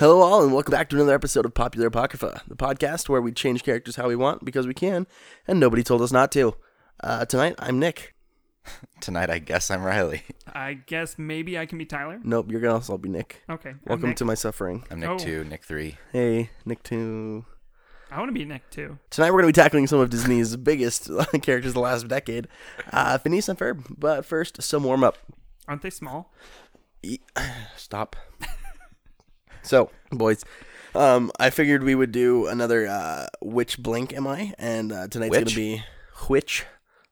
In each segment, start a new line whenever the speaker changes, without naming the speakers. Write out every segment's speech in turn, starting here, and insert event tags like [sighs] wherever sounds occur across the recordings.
Hello, all, and welcome back to another episode of Popular Apocrypha, the podcast where we change characters how we want because we can, and nobody told us not to. Uh, tonight, I'm Nick.
Tonight, I guess I'm Riley. [laughs]
I guess maybe I can be Tyler.
Nope, you're gonna also be Nick.
Okay. I'm
Welcome
Nick.
to my suffering.
I'm Nick
Oh.
2, Nick 3.
Hey, Nick Two.
I want to be Nick too.
Tonight, we're gonna be tackling some of Disney's biggest [laughs] characters of the last decade, uh, Phineas and Ferb. But first, some warm up.
Aren't they small? [laughs]
Stop. so, boys, um, I figured we would do another uh, which blink am I, and uh, tonight's
Which?
gonna be which,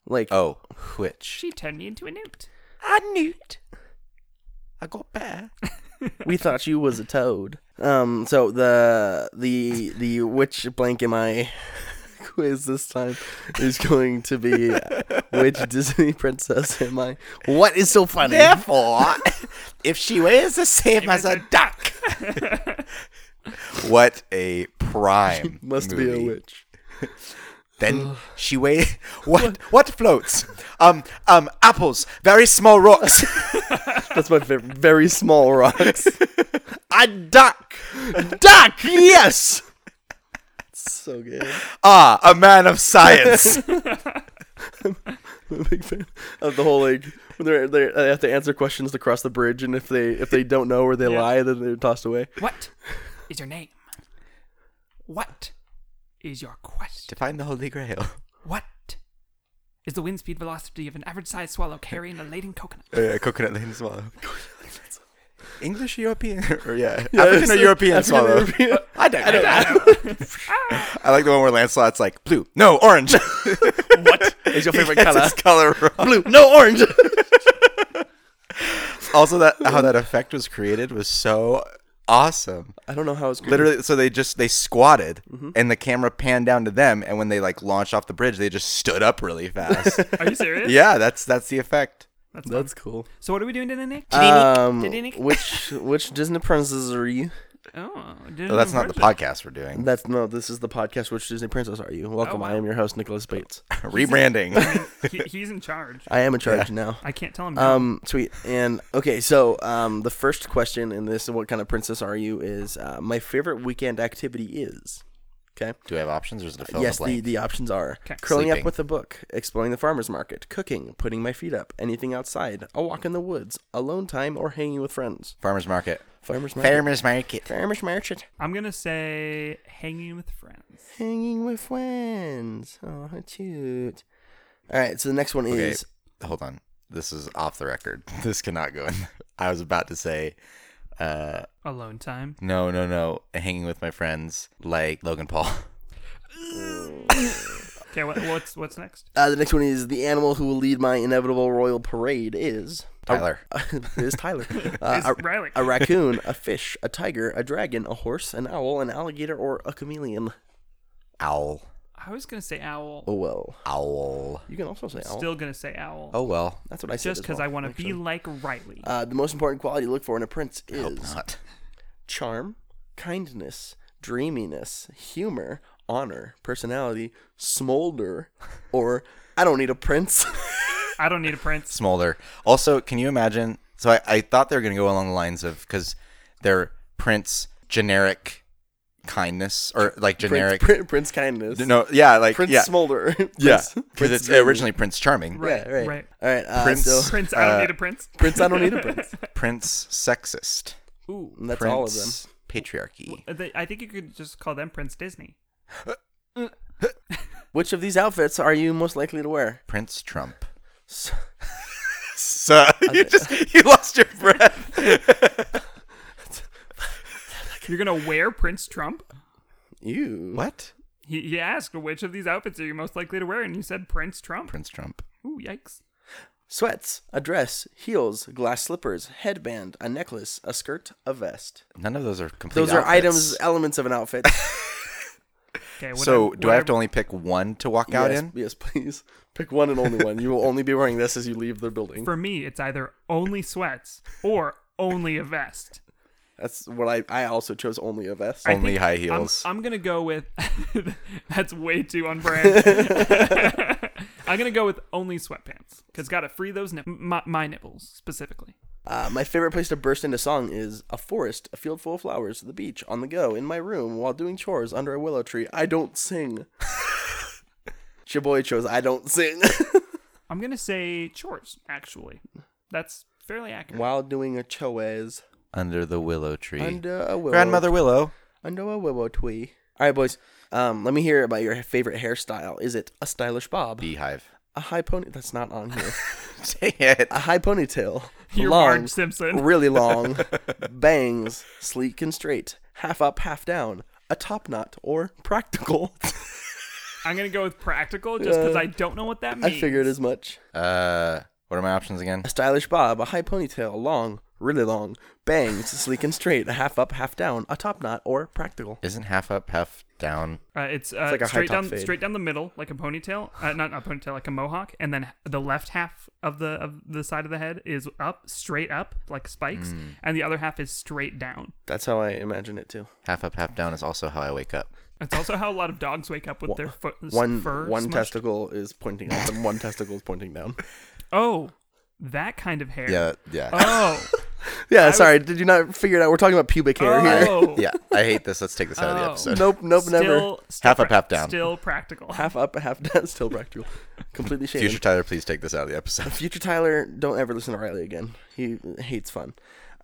like
Oh, which?
She turned me into a newt.
I newt. I got bear.
we thought you was a toad. Um, so the the the which blank am I [laughs] quiz this time is going to be which Disney princess am I? What is so funny?
Therefore, [laughs] if she weighs the same as a duck. [laughs] what a prime.
Must be a
movie.
witch.
[laughs] Then she weighs. What, what floats? Um, um, apples. Very small rocks.
That's my favorite. Very small rocks.
[laughs] a duck.
Duck. Yes. so good.
Ah, a man of [laughs] science.
I'm a big fan of the whole like when they're, they're they have to answer questions to cross the bridge, and if they if they don't know or they
Yeah.
lie, then they're tossed away.
What is your name? What is your quest?
to find the Holy Grail.
What is the wind speed velocity of an average sized swallow carrying a laden coconut?
Uh, [laughs] coconut lane swallow. English European [laughs] or yeah,
Yeah,
African
it's [laughs]
or
a-
European
African
swallow.
European.
I don't, I don't know. [laughs] I like the one where Lancelot's like blue, no [laughs] orange.
What is your
[laughs]
favorite
Gets
color?
his color wrong.
Blue, no orange.
[laughs] Also, that how that effect was created was so awesome.
[laughs] I don't know how it's created.
Literally, so they just they squatted, and the camera panned down to them, and when they like launched off the bridge, they just stood up really [laughs] fast.
Are you serious?
yeah, that's that's the effect.
That's,
That's cool.
So what are we doing today, Nick?
Um,
Didinic.
which which Disney princess are you?
oh,
Well, that's not the podcast we're doing. [laughs]
That's no. This is the podcast. Which Disney princess are you? Welcome. I am your host, Nicholas Bates.
[laughs] Rebranding.
He, he's in charge.
I am in charge now.
I can't tell him. no.
Um, sweet. And okay, so um, the first question in this, "What kind of princess are you?" is uh, my favorite weekend activity is. Okay.
Do I have options, or is it a fill in
yes,
the
the,
blank?
the options are
Okay.
curling up
Sleeping.
with a book, exploring the farmer's market, cooking, putting my feet up, anything outside, a walk in the woods, alone time, or hanging with friends.
Farmers market.
Farmer's market.
Farmers market.
Farmer's market.
I'm gonna say hanging with friends.
Hanging with friends. Oh, how cute. All right, so the next one
Okay,
is
hold on. This is off the record. [laughs] This cannot go in. I was about to say, uh,
Alone time.
no, no, no, hanging with my friends like Logan Paul. [laughs]
Okay, what, what's what's next?
uh, the next one is the animal who will lead my inevitable royal parade is
Tyler.
[laughs] it is Tyler. Uh,
[laughs] It's
a,
Riley.
a raccoon, a fish, a tiger, a dragon, a horse, an owl, an alligator, or a chameleon.
Owl.
I was gonna say owl.
Oh well,
Owl.
you can also say owl.
Still gonna say owl.
Oh, well.
That's what I said.
just because I want to be like Riley.
Uh, the most important quality to look for in a prince
Hope
is
not.
charm, kindness, dreaminess, humor, honor, personality,
[laughs]
smolder, or I don't need a prince. [laughs]
I don't need
[laughs]
a prince.
Smolder. Also, can you imagine? So I, I thought they were going to go along the lines of because they're Prince generic kindness or like generic.
Prince, prin- prince kindness.
no, yeah, like
Prince
yeah,
smolder. [laughs]
yeah,
Prince-
because
Prince
it's
dreamy.
originally Prince Charming.
Yeah, right.
Right.
All right. Uh,
Prince-
so-
Prince, I don't
Uh,
need a prince.
prince, I don't need a prince.
Prince sexist.
Ooh.
And that's
Prince
all of them.
Patriarchy.
[laughs] They- I think you could just call them Prince Disney.
Which of these outfits are you most likely to wear?
Prince Trump.
S-
So [laughs] you just you lost your breath.
You're gonna wear Prince Trump?
Ew.
[laughs] What?
He, he asked, which of these outfits are you most likely to wear? And you said Prince Trump.
Prince Trump.
Ooh, yikes.
Sweats, a dress, heels, glass slippers, headband, a necklace, a skirt, a vest.
None of those are complete.
Those are items,
outfits.
elements of an
[laughs]
outfit.
Okay, what
So do I have to only pick one to walk out
yes,
in?
yes, please. [laughs] Pick one and only one. You will only be wearing this as you leave the building.
For me, it's either only sweats or only a vest.
That's what I. I also chose only a vest.
I
Only
think
high
I'm-
heels.
I'm, gonna go with [laughs] that's way too on brand. [laughs] I'm gonna go with only sweatpants because gotta free those nip- my, my nipples specifically.
Uh, my favorite place to burst into song is a forest, a field full of flowers, the beach, on the go, in my room, while doing chores under a willow tree. I don't sing. It's Your boy chose I don't sing [laughs]
I'm gonna say chores. Actually, that's fairly accurate.
while doing a choez
Under the willow tree.
under a willow
Grandmother Willow.
under a willow tree. All right, boys. Um, let me hear about your favorite hairstyle. Is it a stylish bob,
Beehive. [laughs]
a high pony? That's not on here.
Dang it.
a high ponytail,
[laughs] You're
long,
Marge Simpson. [laughs]
really long, bangs, sleek and straight, half up, half down, a top knot, or practical. [laughs]
I'm gonna go with practical just because I don't know what that
I
means.
figured as much.
Uh, what are my options again?
A stylish bob, a high ponytail, long, really long, bangs, sleek and straight, a half up, half down, a top knot, or practical.
Isn't half up, half down?
Uh, it's uh,
like a high
straight
top
down,
fade.
straight down the middle, like a ponytail. Uh, not a ponytail, like a mohawk, and then the left half of the of the side of the head is up, straight up, like spikes,
Hmm.
and the other half is straight down.
That's how I imagine it too.
Half up, half down is also how I wake up.
It's also how a lot of dogs wake up with their foot
One
fur
one
smushed.
testicle is pointing up and one testicle is pointing
[laughs]
down.
Oh, that kind of hair.
Yeah, yeah.
Oh,
Yeah, sorry, did you not figure it out? We're talking about pubic [laughs] hair here.
oh,
yeah, I hate this. Let's take this out of the
Oh.
[laughs]
episode.
Nope, nope,
Still,
never.
still
Half up,
pra-
half down.
Still practical.
Half up, half down, [laughs] still practical. Completely shaded.
Future Tyler, please take this out of the episode. [laughs]
Future Tyler, don't ever listen to Riley again. He hates fun.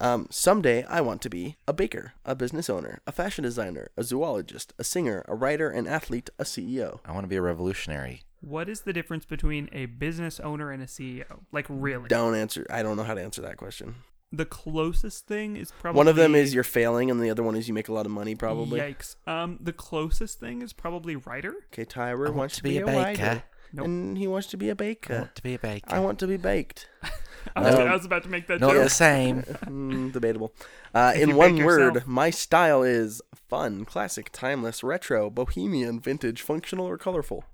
Um, someday I want to be a baker, a business owner, a fashion designer, a zoologist, a singer, a writer, an athlete, a E CEO.
I want to be a revolutionary.
What is the difference between a business owner and a CEO? Like really?
Don't answer. I don't know how to answer that question.
The closest thing is probably
One of them is you're failing, and the other one is you make a lot of money, probably.
Yikes. Um, the closest thing is probably writer.
Okay, Tyler wants to be, a, baker,
Nope.
and he wants to be a baker. I want,
to be a baker.
to be [laughs] baked.
[laughs] I was,
Um,
I was about to make that
Not
joke.
the same.
Mm, debatable. Uh,
you
in
bake
one word,
yourself.
my style is fun, classic, timeless, retro, bohemian, vintage, functional, or colorful.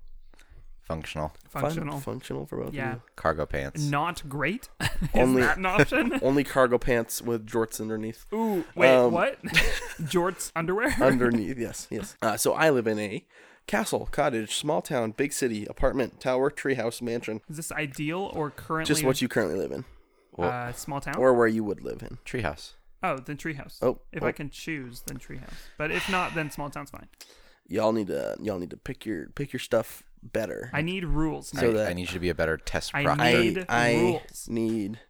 Functional.
Functional.
Fun, functional for both
yeah. [laughs]
of
Cargo pants.
Not great. [laughs] is
Only-
that an option?
[laughs] you. Only cargo pants with jorts [laughs] underneath.
Ooh, wait,
Um, [laughs]
what? Jorts underwear?
Underneath, yes, yes. Uh, so I live in a castle, cottage, small town, big city, apartment, tower, treehouse, mansion.
is this ideal or currently
Just what you currently live in,
uh, small town?
or where you would live in.
Treehouse.
oh, then treehouse.
Oh,
if
oh.
I can choose, then treehouse. But if not, then small town's fine.
Y'all need to y'all need to pick your pick your stuff better.
I need rules.
So
I,
that-
I need you to be a better test
I
proctor.
need-
I
rules.
need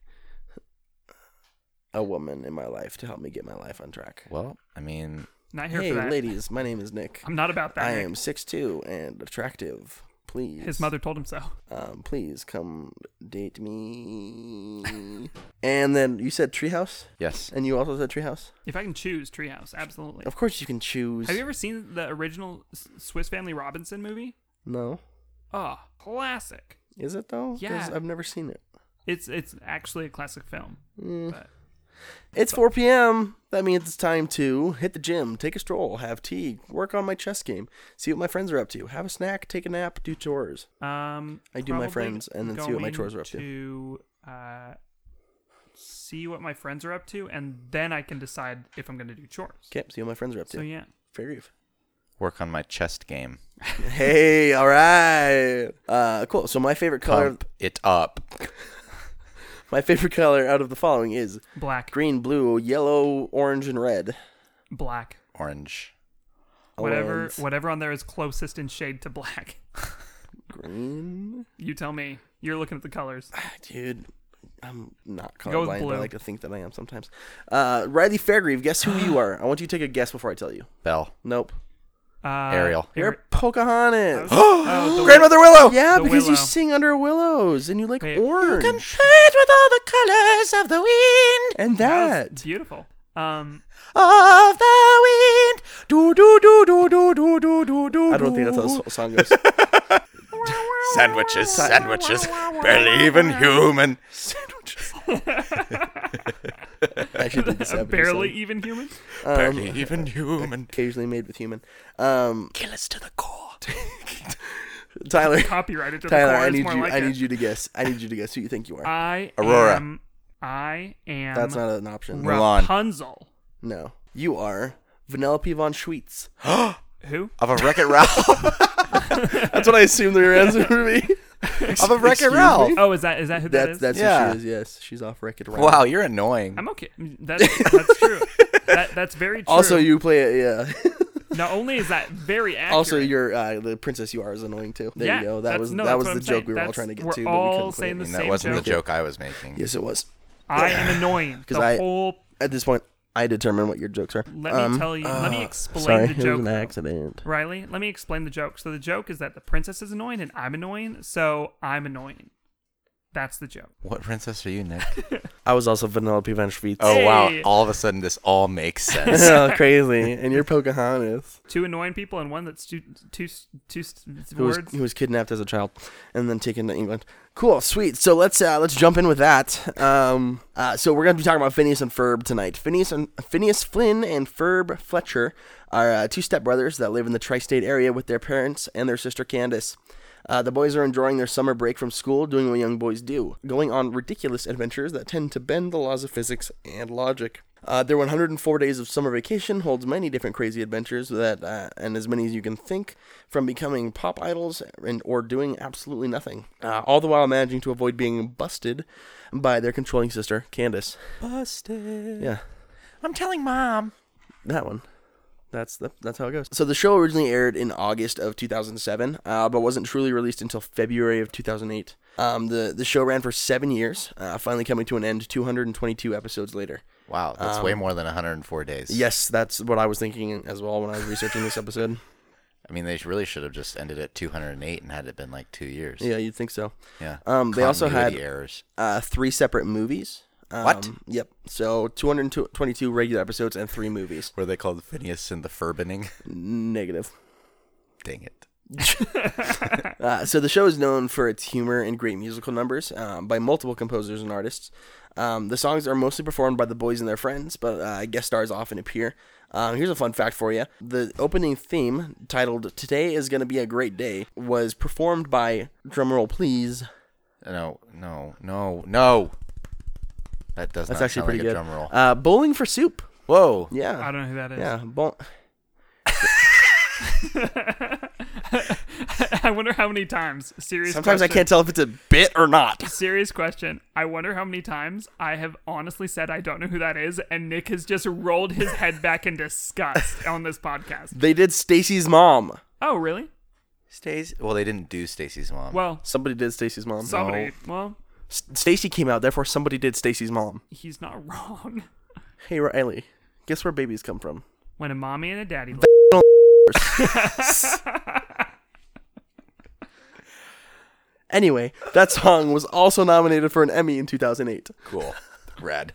a woman in my life to help me get my life on track.
Well, I mean,
Not here
Hey,
for that.
ladies, my name is Nick.
I'm not about that.
I
Nick.
am 6'2 and attractive. Please.
His mother told him so. [laughs]
um, please come date me. and then you said treehouse,
yes.
and you also said treehouse.
If I can choose, treehouse, absolutely.
Of course, you can choose.
Have you ever seen the original S- Swiss Family Robinson movie?
no,
Oh, classic.
is it though? 'Cause
Yeah.
I've never seen it.
It's it's actually a classic film. But
Mm. It's 4 p.m. That means it's time to hit the gym, take a stroll, have tea, work on my chess game, see what my friends are up to, have a snack, take a nap, do chores.
Um,
I do my
probably
friends and then see what my
going
chores are up to.
to, uh, see what my friends are up to, and then I can decide if I'm going to do chores.
Okay, see what my friends are up to.
So yeah,
Fair grief.
Work on my chest game.
hey, all right. Uh, cool. So my favorite color,
Pump it up.
my [laughs] favorite color out of the following is
black,
green, blue, yellow, orange, and red.
black,
Orange.
whatever,
Alliance.
whatever on there is closest in shade to black. [laughs]
Green,
you tell me. You're looking at the colors.
Ah, dude. I'm not
Go with
colorblind.
blue.
I like to think that I am sometimes. Uh, Riley Fairgrieve, guess who
[gasps]
you are? I want you to take a guess before I tell you.
Bell.
Nope. Ah,
Uh,
Ariel.
You're
Ari- [gasps]
Pocahontas.
oh, the-
Grandmother
[gasps]
Willow.
yeah,
The
because you
willow.
sing under willows and you like
Wait. You
orange
Fade with all the colors of the wind.
and
that
that.
was beautiful. Um,
Of the wind. Do do do do do do do do do.
I don't think that's how the song goes.
Sandwiches, sandwiches, barely even human.
Sandwiches. I actually did
[laughs]
this
a
episode.
barely even human.
Barely even human.
occasionally made with human. Um,
[laughs] Kill us to the core.
Tyler,
Copyrighted to
Tyler, I
the core. is
need
more
you.
Like
I
it. Um,
need you to guess. I need you to guess who you think you are.
I
Aurora.
Am, I am.
That's not an option.
Ra- Mulan.
Rapunzel.
no, you are Vanellope von Schweetz.
Who?
[laughs] Of a Wreck It Ralph.
[laughs]
That's what I assumed your answer would be.
[laughs] of a Wreck-It
Excuse
Ralph.
me?
Oh, is that is that who that
That's
is?
that's
Yeah.
who she is. Yes, she's off Wreck It Ralph.
Wow, you're annoying.
I'm
[laughs]
okay. That's that's true. that, that's very true.
Also, you play it.
[laughs]
Yeah.
not only is that very
[laughs]
accurate.
also, your uh, the princess you are is annoying too. There
yeah,
you go. That
that's-
was
no,
that
that's
was
what
the
I'm
joke
saying.
we were all
That's-
trying to get
we're
to.
all
but we couldn't put
saying
it
the
in.
And that
same
wasn't the
joke.
joke I was making.
Yes, it was.
I am annoying.
[laughs] 'Cause
the
I-
whole.
At this point, I determine what your jokes are.
Let me tell you. let me explain
um, uh, Sorry,
the
[laughs] it
joke.
was an
though.
accident.
Riley, let me explain the joke. So the joke is that the princess is annoying and I'm annoying, so I'm annoying. That's
[laughs]
the joke.
What princess are you, Nick?
I was also Vanellope Van Schweetz.
Oh wow!
Hey.
All of a sudden, this all makes sense.
[laughs] Oh, crazy! And you're Pocahontas,
Two annoying people and one that's two two two s-
who was,
words.
who was kidnapped as a child, and then taken to England. Cool, sweet. So let's uh, let's jump in with that. Um, uh, so we're gonna be talking about Phineas and Ferb tonight. Phineas and Phineas Flynn and Ferb Fletcher are uh, two stepbrothers that live in the tri-state area with their parents and their sister Candace. Uh, the boys are enjoying their summer break from school, doing what young boys do, going on ridiculous adventures that tend to bend the laws of physics and logic. Uh, their 104 days of summer vacation holds many different crazy adventures that, uh, and as many as you can think, from becoming pop idols and or doing absolutely nothing, uh, all the while managing to avoid being busted by their controlling sister, Candace.
Busted.
Yeah,
I'm telling mom.
that one. That's the, that's how it goes. So the show originally aired in August of 2007, uh, but wasn't truly released until February of 2008. Um, the the show ran for seven years, uh, finally coming to an end 222 episodes later.
Wow, that's
Um,
way more than 104 days.
Yes, that's what I was thinking as well when I was researching this episode. [laughs]
I mean, they really should have just ended at 208 and had it been like two years.
Yeah, you'd think so.
Yeah.
Um, they also
Continuity
had-
errors.
Uh, three separate movies. Um,
What?
Yep. So 222 regular episodes and three movies.
Were they called Phineas and the Furbening?
Negative.
[laughs] Dang it.
Uh, so the show is known for its humor and great musical numbers um, by multiple composers and artists. Um, the songs are mostly performed by the boys and their friends, but uh, guest stars often appear. Um, here's a fun fact for you: the opening theme, titled "Today Is Gonna Be a Great Day," was performed by drumroll please.
No, no, no, no. That does
That's
not
actually
sound
pretty
like
good.
a drum roll.
Uh, Bowling for Soup.
Whoa.
Yeah.
I don't know who that is.
uh, yeah. Bowl-
[laughs] I wonder how many times. Serious.
Sometimes I
question.
can't tell if it's a bit or not.
Serious question. I wonder how many times I have honestly said I don't know who that is, and Nick has just rolled his head back
[laughs]
in disgust on this podcast.
They did Stacy's mom.
Oh, really?
Stacy. Well, they didn't do Stacy's mom.
Well,
Somebody did Stacy's mom.
somebody. Well,
S- Stacy came out, therefore somebody did Stacy's mom.
he's not [laughs] wrong.
Hey Riley, guess where babies come from?
When a mommy and a daddy.
Anyway, that song was also nominated for an Emmy in 2008.
cool. Rad.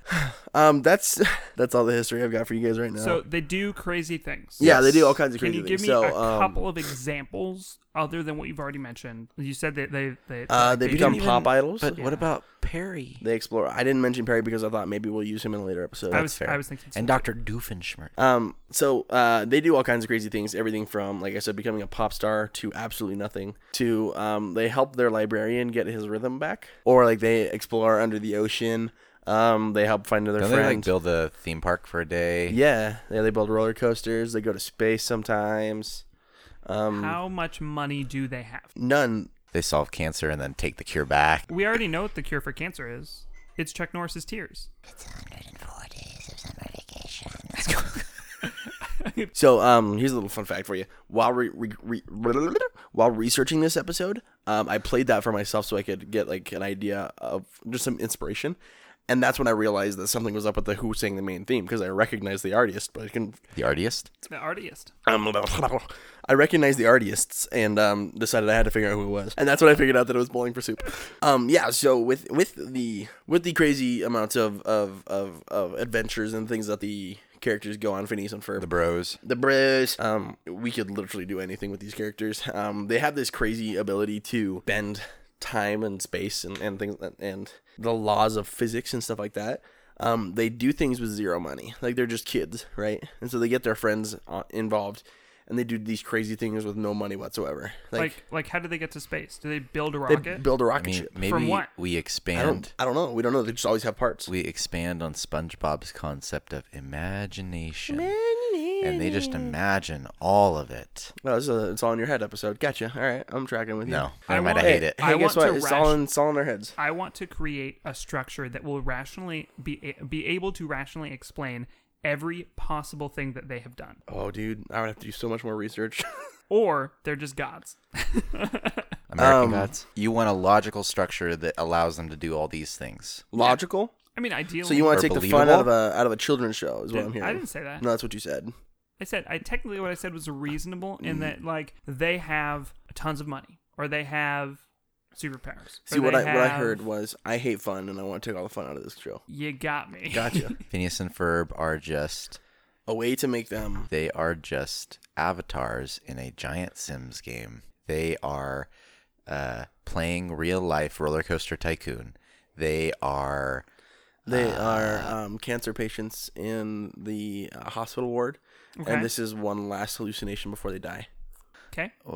Um, that's [laughs] that's all the history I've got for you guys right now.
So they do crazy things.
yeah, they do all
yes.
kinds of
Can
crazy
you give me
things.
a
so, um,
couple of examples other than what you've already mentioned? You said that they they,
uh, they become
even-
pop idols.
But what about Perry?
they explore. I didn't mention Perry because I thought maybe we'll use him in a later episode.
I was I was thinking.
And
so.
Dr. Doofenshmirtz.
Um, so uh, they do all kinds of crazy things. Everything from, like I said, becoming a pop star to absolutely nothing. To um, they help their librarian get his rhythm back, or like they explore under the ocean. Um, they help find other
Don't they like
friends.
build a theme park for a day?
yeah, yeah, they build roller coasters. They go to space sometimes. Mm.
How much money do they have?
None.
They solve cancer and then take the cure back.
We already know what the cure for cancer is. It's Chuck Norris's tears.
So um, here's a little fun fact for you. While re- re- re- while researching this episode, um, I played that for myself so I could get like an idea of just some inspiration, and that's when I realized that something was up with the who sang the main theme because I recognized the artist, but I can
The artist?
It's the artiest.
um, I recognized the artists and um, decided I had to figure out who it was, and that's when I figured out that it was Bowling for Soup. Um, yeah, so with with the with the crazy amounts of of of, of adventures and things that the characters go on, Phineas and Ferb
The bros.
the bros. Um, we could literally do anything with these characters. Um, they have this crazy ability to bend time and space and, and things and the laws of physics and stuff like that. Um, they do things with zero money, like they're just kids, right? And so they get their friends uh, involved, and they do these crazy things with no money whatsoever. Like,
Like, like, how do they get to space? Do they build a
they
rocket?
build a
I
rocket
mean,
ship.
maybe
From what?
we
I don't,
expand.
I don't know. We don't know. They just always have parts.
We expand on SpongeBob's concept of imagination. and they just imagine all of it.
Well, it's, a, uh, it's all in your head episode. Gotcha. All right, I'm tracking with you.
No,
I
I might
want-
hate it.
Hey,
I
guess what?
want to
It's all
ration-
in, it's all in our heads.
I want to create a structure that will rationally be be able to rationally explain every possible thing that they have done,
Oh, dude, I would have to do so much more research. [laughs]
or they're just gods. [laughs]
American
Um,
Gods. You want a logical structure that allows them to do all these things.
Logical.
I mean, ideally.
So you want
Or
to take the fun out of
believable?
a out of a children's show is what I'm hearing.
I didn't say that.
No, that's what you said.
I said I technically what I said was reasonable
Mm.
in that like they have tons of money or they have superpowers. or
See what
they
I what I
have-
heard was I hate fun and I want to take all the fun out of this show.
You got me.
Gotcha.
Phineas and Ferb are just
a way to make them
they are just avatars in a giant Sims game. They are uh, playing real life roller coaster tycoon. They are
they are um, cancer patients in the uh, hospital ward,
Okay.
and this is one last hallucination before they die.
okay. [laughs]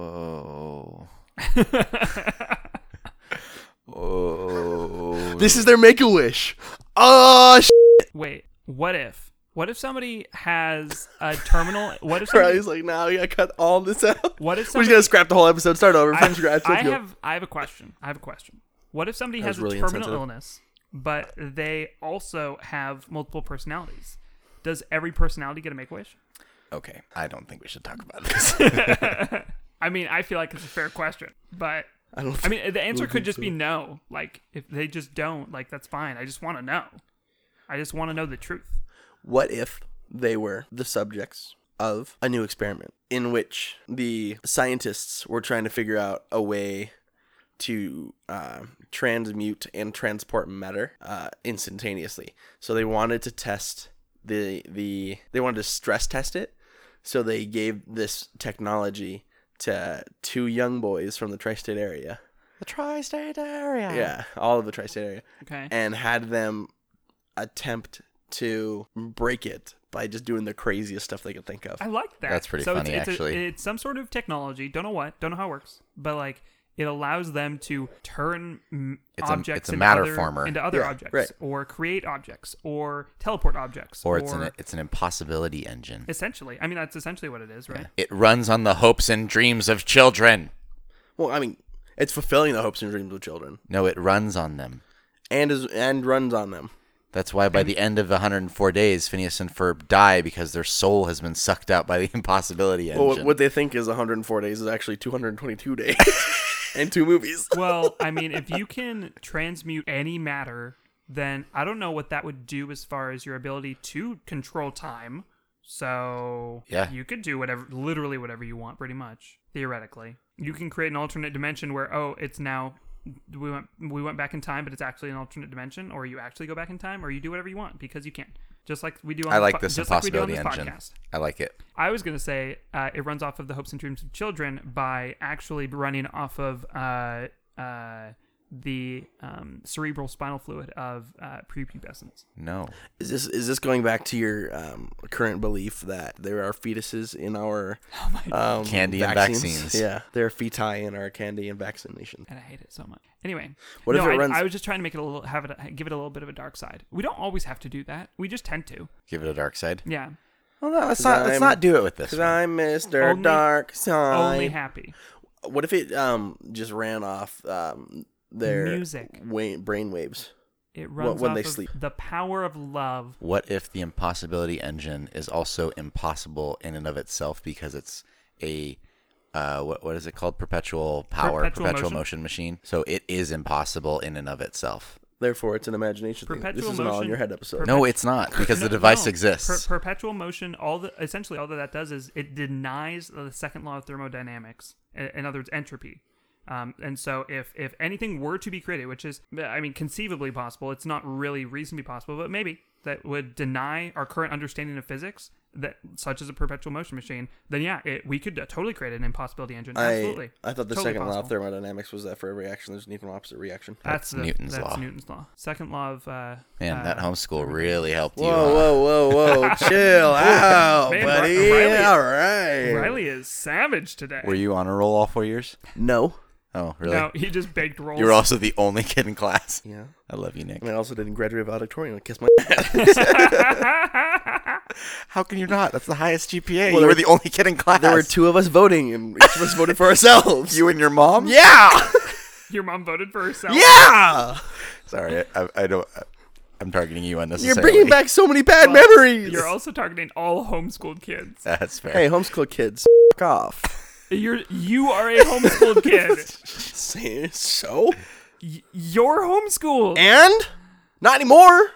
oh oh
This is their make a wish. [laughs] Oh, sh-
Wait. What if? What if somebody has a terminal?
[laughs]
What if somebody,
Riley's like, now we gotta cut all this out.
What if
We're
somebody-
just gonna scrap the whole episode, start over
I,
from scratch.
I
Let's go.
have I have a question. I have a question. What if somebody
That
has a
was really
terminal
insensitive.
illness, but they also have multiple personalities? Does every personality get a make wish?
okay. I don't think we should talk about this.
I mean, I feel like it's a fair question, but
I don't.
I mean, the answer could just be no. Like, if they just don't, like, that's fine. I just want to know. I just want to know the truth.
What if they were the subjects of a new experiment in which the scientists were trying to figure out a way to uh, transmute and transport matter uh, instantaneously? So they wanted to test the the they wanted to stress test it. So they gave this technology to two young boys from the tri-state area.
the tri-state area.
Yeah, all of the tri-state area
Okay.
and had them attempt to break it by just doing the craziest stuff they could think of.
I like that.
That's pretty
so
funny,
it's, it's a-
actually.
it's some sort of technology. Don't know what. Don't know how it works. But like, it allows them to turn mm,
It's a-
objects
it's a
into
matter
other,
former.
into other
Yeah,
objects,
right.
or create objects, or teleport objects,
Or it's an e-, it's an impossibility engine.
essentially. I mean, that's essentially what it is, right?
It runs on the hopes and dreams of children.
Well, I mean, it's fulfilling the hopes and dreams of children,
No, it runs on them.
and is and runs on them.
That's why by the end of 104 days, Phineas and Ferb die because their soul has been sucked out by the [laughs] impossibility engine.
Well, what- what they think is 104 days is actually 222 days, [laughs] and two movies.
Well, I mean, if you can transmute any matter, then I don't know what that would do as far as your ability to control time. So
Yeah.
you could do whatever, literally whatever you want, pretty much theoretically. You can create an alternate dimension where oh, it's now we went we went back in time, but it's actually an alternate dimension, or you actually go back in time, or you do whatever you want because you can. Just like we do on
I
the
like
po-
this
just like we do on
impossibility
this
engine.
podcast.
I like it.
I was gonna say uh, it runs off of the hopes and dreams of children by actually running off of uh, uh, the um, cerebral spinal fluid of uh, prepubescence.
No.
Is this is this going back to your um, current belief that there are fetuses in our
Oh
um,
Candy and vaccines.
Yeah, there are feti in our candy and vaccination.
And I hate it so much. Anyway,
What if
no,
it
I,
runs-
I was just trying to make it a little, have it, give it a little bit of a dark side. We don't always have to do that. We just tend to.
Give it a dark side.
Yeah.
Well, no, let's not, let's
I'm-
not do it with this.
Because
one.
I'm Mr.
Only-
Dark Side.
Only happy.
What if it um just ran off um their
Music.
wa- brain waves?
It runs
when
off
they
of
sleep.
the power of love.
What if the impossibility engine is also impossible in and of itself because it's a uh, what what is it called? Perpetual power,
Perpetual
perpetual,
motion.
motion. machine. So it is impossible in and of itself.
Therefore, it's an imagination thing. This
Perpetual
is an all in your
motion-
head episode.
No, it's not because the
[laughs] No,
device
no.
exists.
Per- perpetual motion. All the essentially all that that does is it denies the second law of thermodynamics. i- In other words, entropy. Um, and so, if if anything were to be created, which is, I mean, conceivably possible, it's not really reasonably possible, but maybe that would deny our current understanding of physics, that such as a perpetual motion machine, then yeah, it, we could uh, totally create an impossibility engine.
I,
Absolutely.
I thought the
Totally
second law
possible.
of thermodynamics was that for every action, there's an equal and opposite reaction.
That's
That's, the,
Newton's
that's
law.
Newton's law. Second law of. Uh,
Man, that
uh,
homeschool really helped you.
Whoa,
huh?
whoa,
[laughs]
whoa, whoa! Chill out,
Man,
buddy.
Ri- Riley-
All right.
Riley is savage today.
Were you on a roll all four years?
No.
Oh, really?
No, he just baked rolls.
You were also the only kid in class.
Yeah.
I love you, Nick.
I mean, I also didn't graduate valedictorian. Kiss my.
How can you not? That's the highest GPA.
Well,
you
there
were
were-
the only kid in class.
There were two of us voting, and each of us voted for ourselves.
You and your
[laughs]
mom.
[laughs]
yeah,
Your mom voted for herself.
yeah.
Sorry, I, I don't. I'm targeting you
You're
unnecessarily.
bringing back so many bad
Well,
memories.
You're also targeting all homeschooled
[laughs]
kids.
That's fair.
hey, homeschool kids, [laughs] f-
[laughs]
off.
Uh, You're you are a homeschooled kid.
Say- so
Y- [laughs] You're homeschooled.
and not anymore.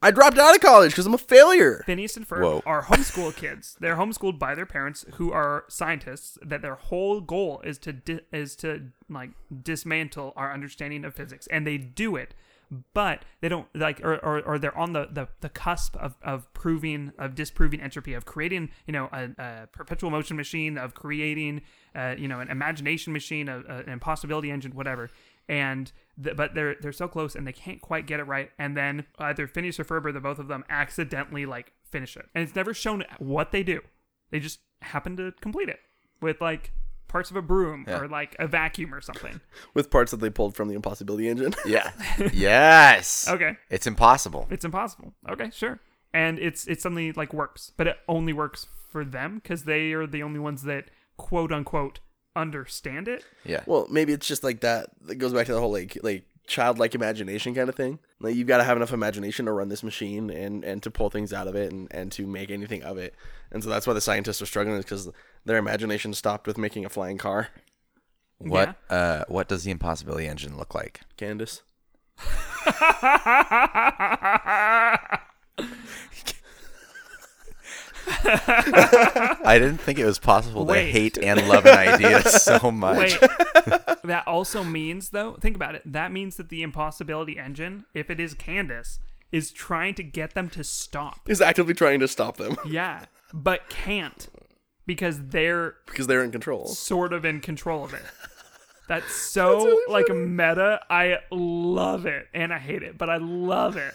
I dropped out of college because I'm a failure.
Phineas and Ferb
Whoa.
are homeschool kids. They're homeschooled by their parents, who are scientists. That their whole goal is to di- is to like dismantle our understanding of physics, and they do it. But they don't like, or, or, or they're on the, the, the cusp of, of proving, of disproving entropy, of creating, you know, a, a perpetual motion machine, of creating, uh, you know, an imagination machine, a, a- an impossibility engine, whatever. and th- but they're they're so close and they can't quite get it right and then either Phineas or Ferb or the both of them accidentally like finish it and it's never shown what they do they just happen to complete it with like parts of a broom or like a vacuum or something [laughs]
with parts that they pulled from the impossibility engine. [laughs]
Yeah. yes.
okay
It's impossible.
it's impossible okay sure and it's it's something like works but it only works for them because they are the only ones that quote unquote understand it [laughs]
Yeah.
well, maybe it's just like that. That goes back to the whole like like childlike imagination kind of thing. Like you've got to have enough imagination to run this machine and and to pull things out of it and and to make anything of it. And so that's why the scientists are struggling is because their imagination stopped with making a flying car.
What uh what does the impossibility engine look like?
Candace.
I didn't think it was possible
Wait.
to hate and love an
[laughs]
idea so much.
Wait, [laughs] that also means though. Think about it. That means that the impossibility engine, if it is Candace, is trying to get them to stop.
Is actively trying to stop them [laughs]
Yeah, but can't because they're
because they're in control.
sort of in control of it. [laughs] That's so like meta. I love it and I hate it, but I love it.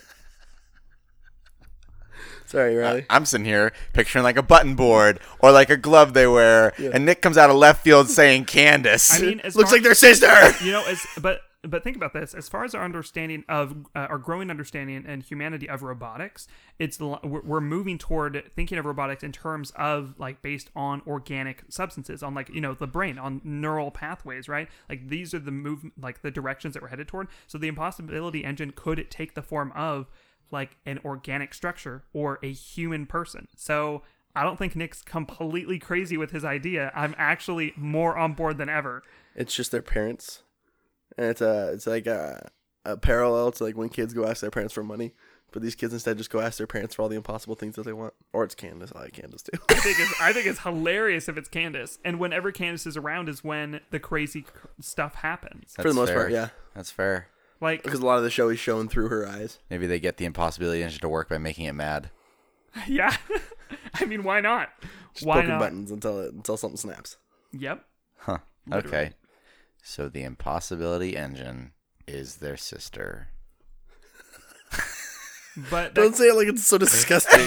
Sorry, Riley.
I'm sitting here picturing like a button board or like a glove they wear, and Nick comes out of left field saying Candace.
I mean, as
Looks
far-
like their sister.
[laughs] you know, as but but think about this. As far as our understanding of uh, our growing understanding and humanity of robotics, it's l- we're we're moving toward thinking of robotics in terms of like based on organic substances, on like you know the brain, on neural pathways, right? Like these are the move like the directions that we're headed toward. So the impossibility engine could it take the form of like an organic structure or a human person. So. I don't think Nick's completely crazy with his idea. I'm actually more on board than ever.
It's just their parents, and it's a it's like a, a parallel to like when kids go ask their parents for money, but these kids instead just go ask their parents for all the impossible things that they want. Or it's Candace. I like Candace too. [laughs]
I think it's, I think it's hilarious if it's Candace. And whenever Candace is around is when the crazy cr- stuff happens.
for the most part, yeah.
That's fair.
Like,
because a lot of the show is shown through her eyes.
Maybe they get the impossibility engine to work by making it mad.
[laughs] yeah. [laughs] I mean, why not?
Just
why
poking
not?
buttons until it until something snaps.
Yep.
Huh. Okay. So the impossibility engine is their sister.
But
Don't
that,
say it like it's so
[laughs]
disgusting.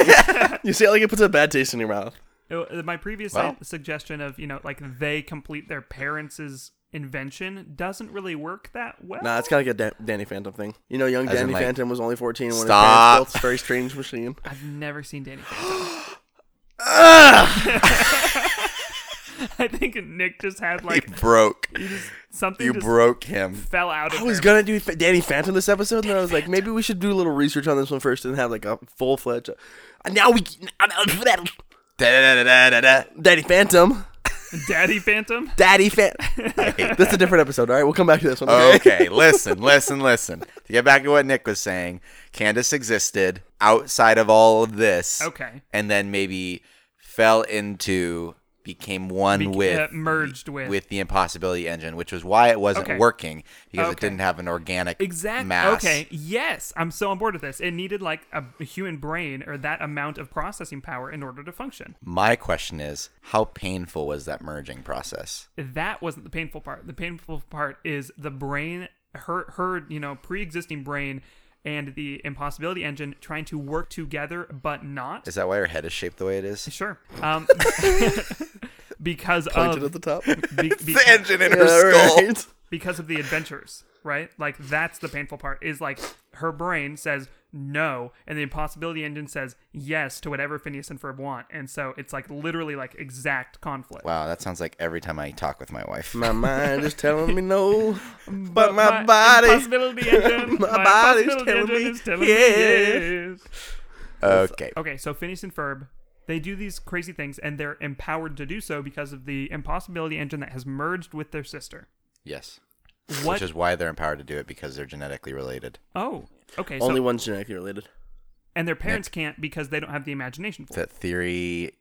you say it like it puts a bad taste in your mouth.
uh, my previous
Well.
suggestion of, you know, like they complete their parents' invention doesn't really work that well.
Nah, it's kind of like a Dan- Danny Phantom thing. You know, young
As in,
Danny
like-
Phantom was only fourteen when
Stop.
his parents built this very strange machine.
I've never seen
[gasps]
Danny Phantom. [laughs] I think Nick just had like
[laughs] broke.
something just
broke him.
fell out of
I was
him.
gonna do Fa- Danny Phantom this episode, and then I was like, maybe we should do a little research on this one first and have like a full fledged. Now we
Da-da-da-da-da-da.
Daddy Phantom,
Daddy Phantom?
Daddy Phantom.
I hate
That's a different episode. All right, we'll come back to this one.
[laughs] Okay, listen, listen, listen. To get back to what Nick was saying, Candace existed outside of all of this.
Okay.
And then maybe fell into, became one
Be-
with,
uh, merged with.
with the impossibility engine, which was why it wasn't
Okay.
working because it
Okay.
didn't have an organic
Exactly.
mass.
Okay. Yes, I'm so on board with this. It needed like a, a human brain or that amount of processing power in order to function.
My question is, how painful was that merging process?
That wasn't the painful part. The painful part is the brain, her, her, you know, pre-existing brain, and the impossibility engine trying to work together, but not.
Is that why her head is shaped the way it [laughs] is?
Sure.
[laughs]
Um, [laughs] because
Pointed
of
at the top. [laughs]
be- be-
engine in
Yeah, right.
because of the adventures, right? Like that's the painful part. Is like her brain says no, and the impossibility engine says yes to whatever Phineas and Ferb want. And so it's like literally like exact conflict.
[laughs] Wow, that sounds like every time I talk with my wife.
My mind is telling me no, but
my,
my body.
impossibility engine,
[laughs] my
my
body's
impossibility
telling
engine
me
is telling me
yes.
yes.
Okay.
Okay, so Phineas and Ferb, they do these crazy things, and they're empowered to do so because of the impossibility engine that has merged with their sister.
Yes.
What?
Which is why they're empowered to do it because they're genetically related.
oh, okay. So,
Only one's genetically related.
and their parents can't because they don't have the imagination for it.
That theory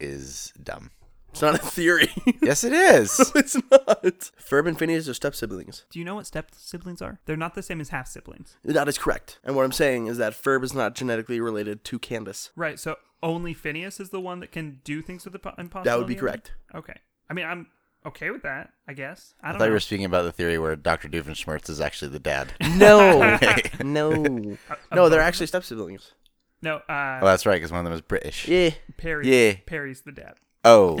is dumb.
It's not a theory. [laughs]
Yes, it is.
it's not. Ferb and Phineas are step siblings.
Do you know what step siblings are? They're not the same as half siblings.
That is correct. And what I'm saying is that Ferb is not genetically related to Candace.
Right. So only Phineas is the one that can do things with the po- impossibility.
That would be
engine?
correct.
Okay. I mean, I'm okay with that. I guess. I
I
don't
thought
know.
you were speaking about the theory where Dr. Doofenshmirtz is actually the dad. Oh,
No, no, no. They're actually step siblings.
no. Uh,
Oh, that's right, because one of them is British.
Yeah.
Perry.
Oh, yeah.
Perry's the dad.
Oh. [laughs]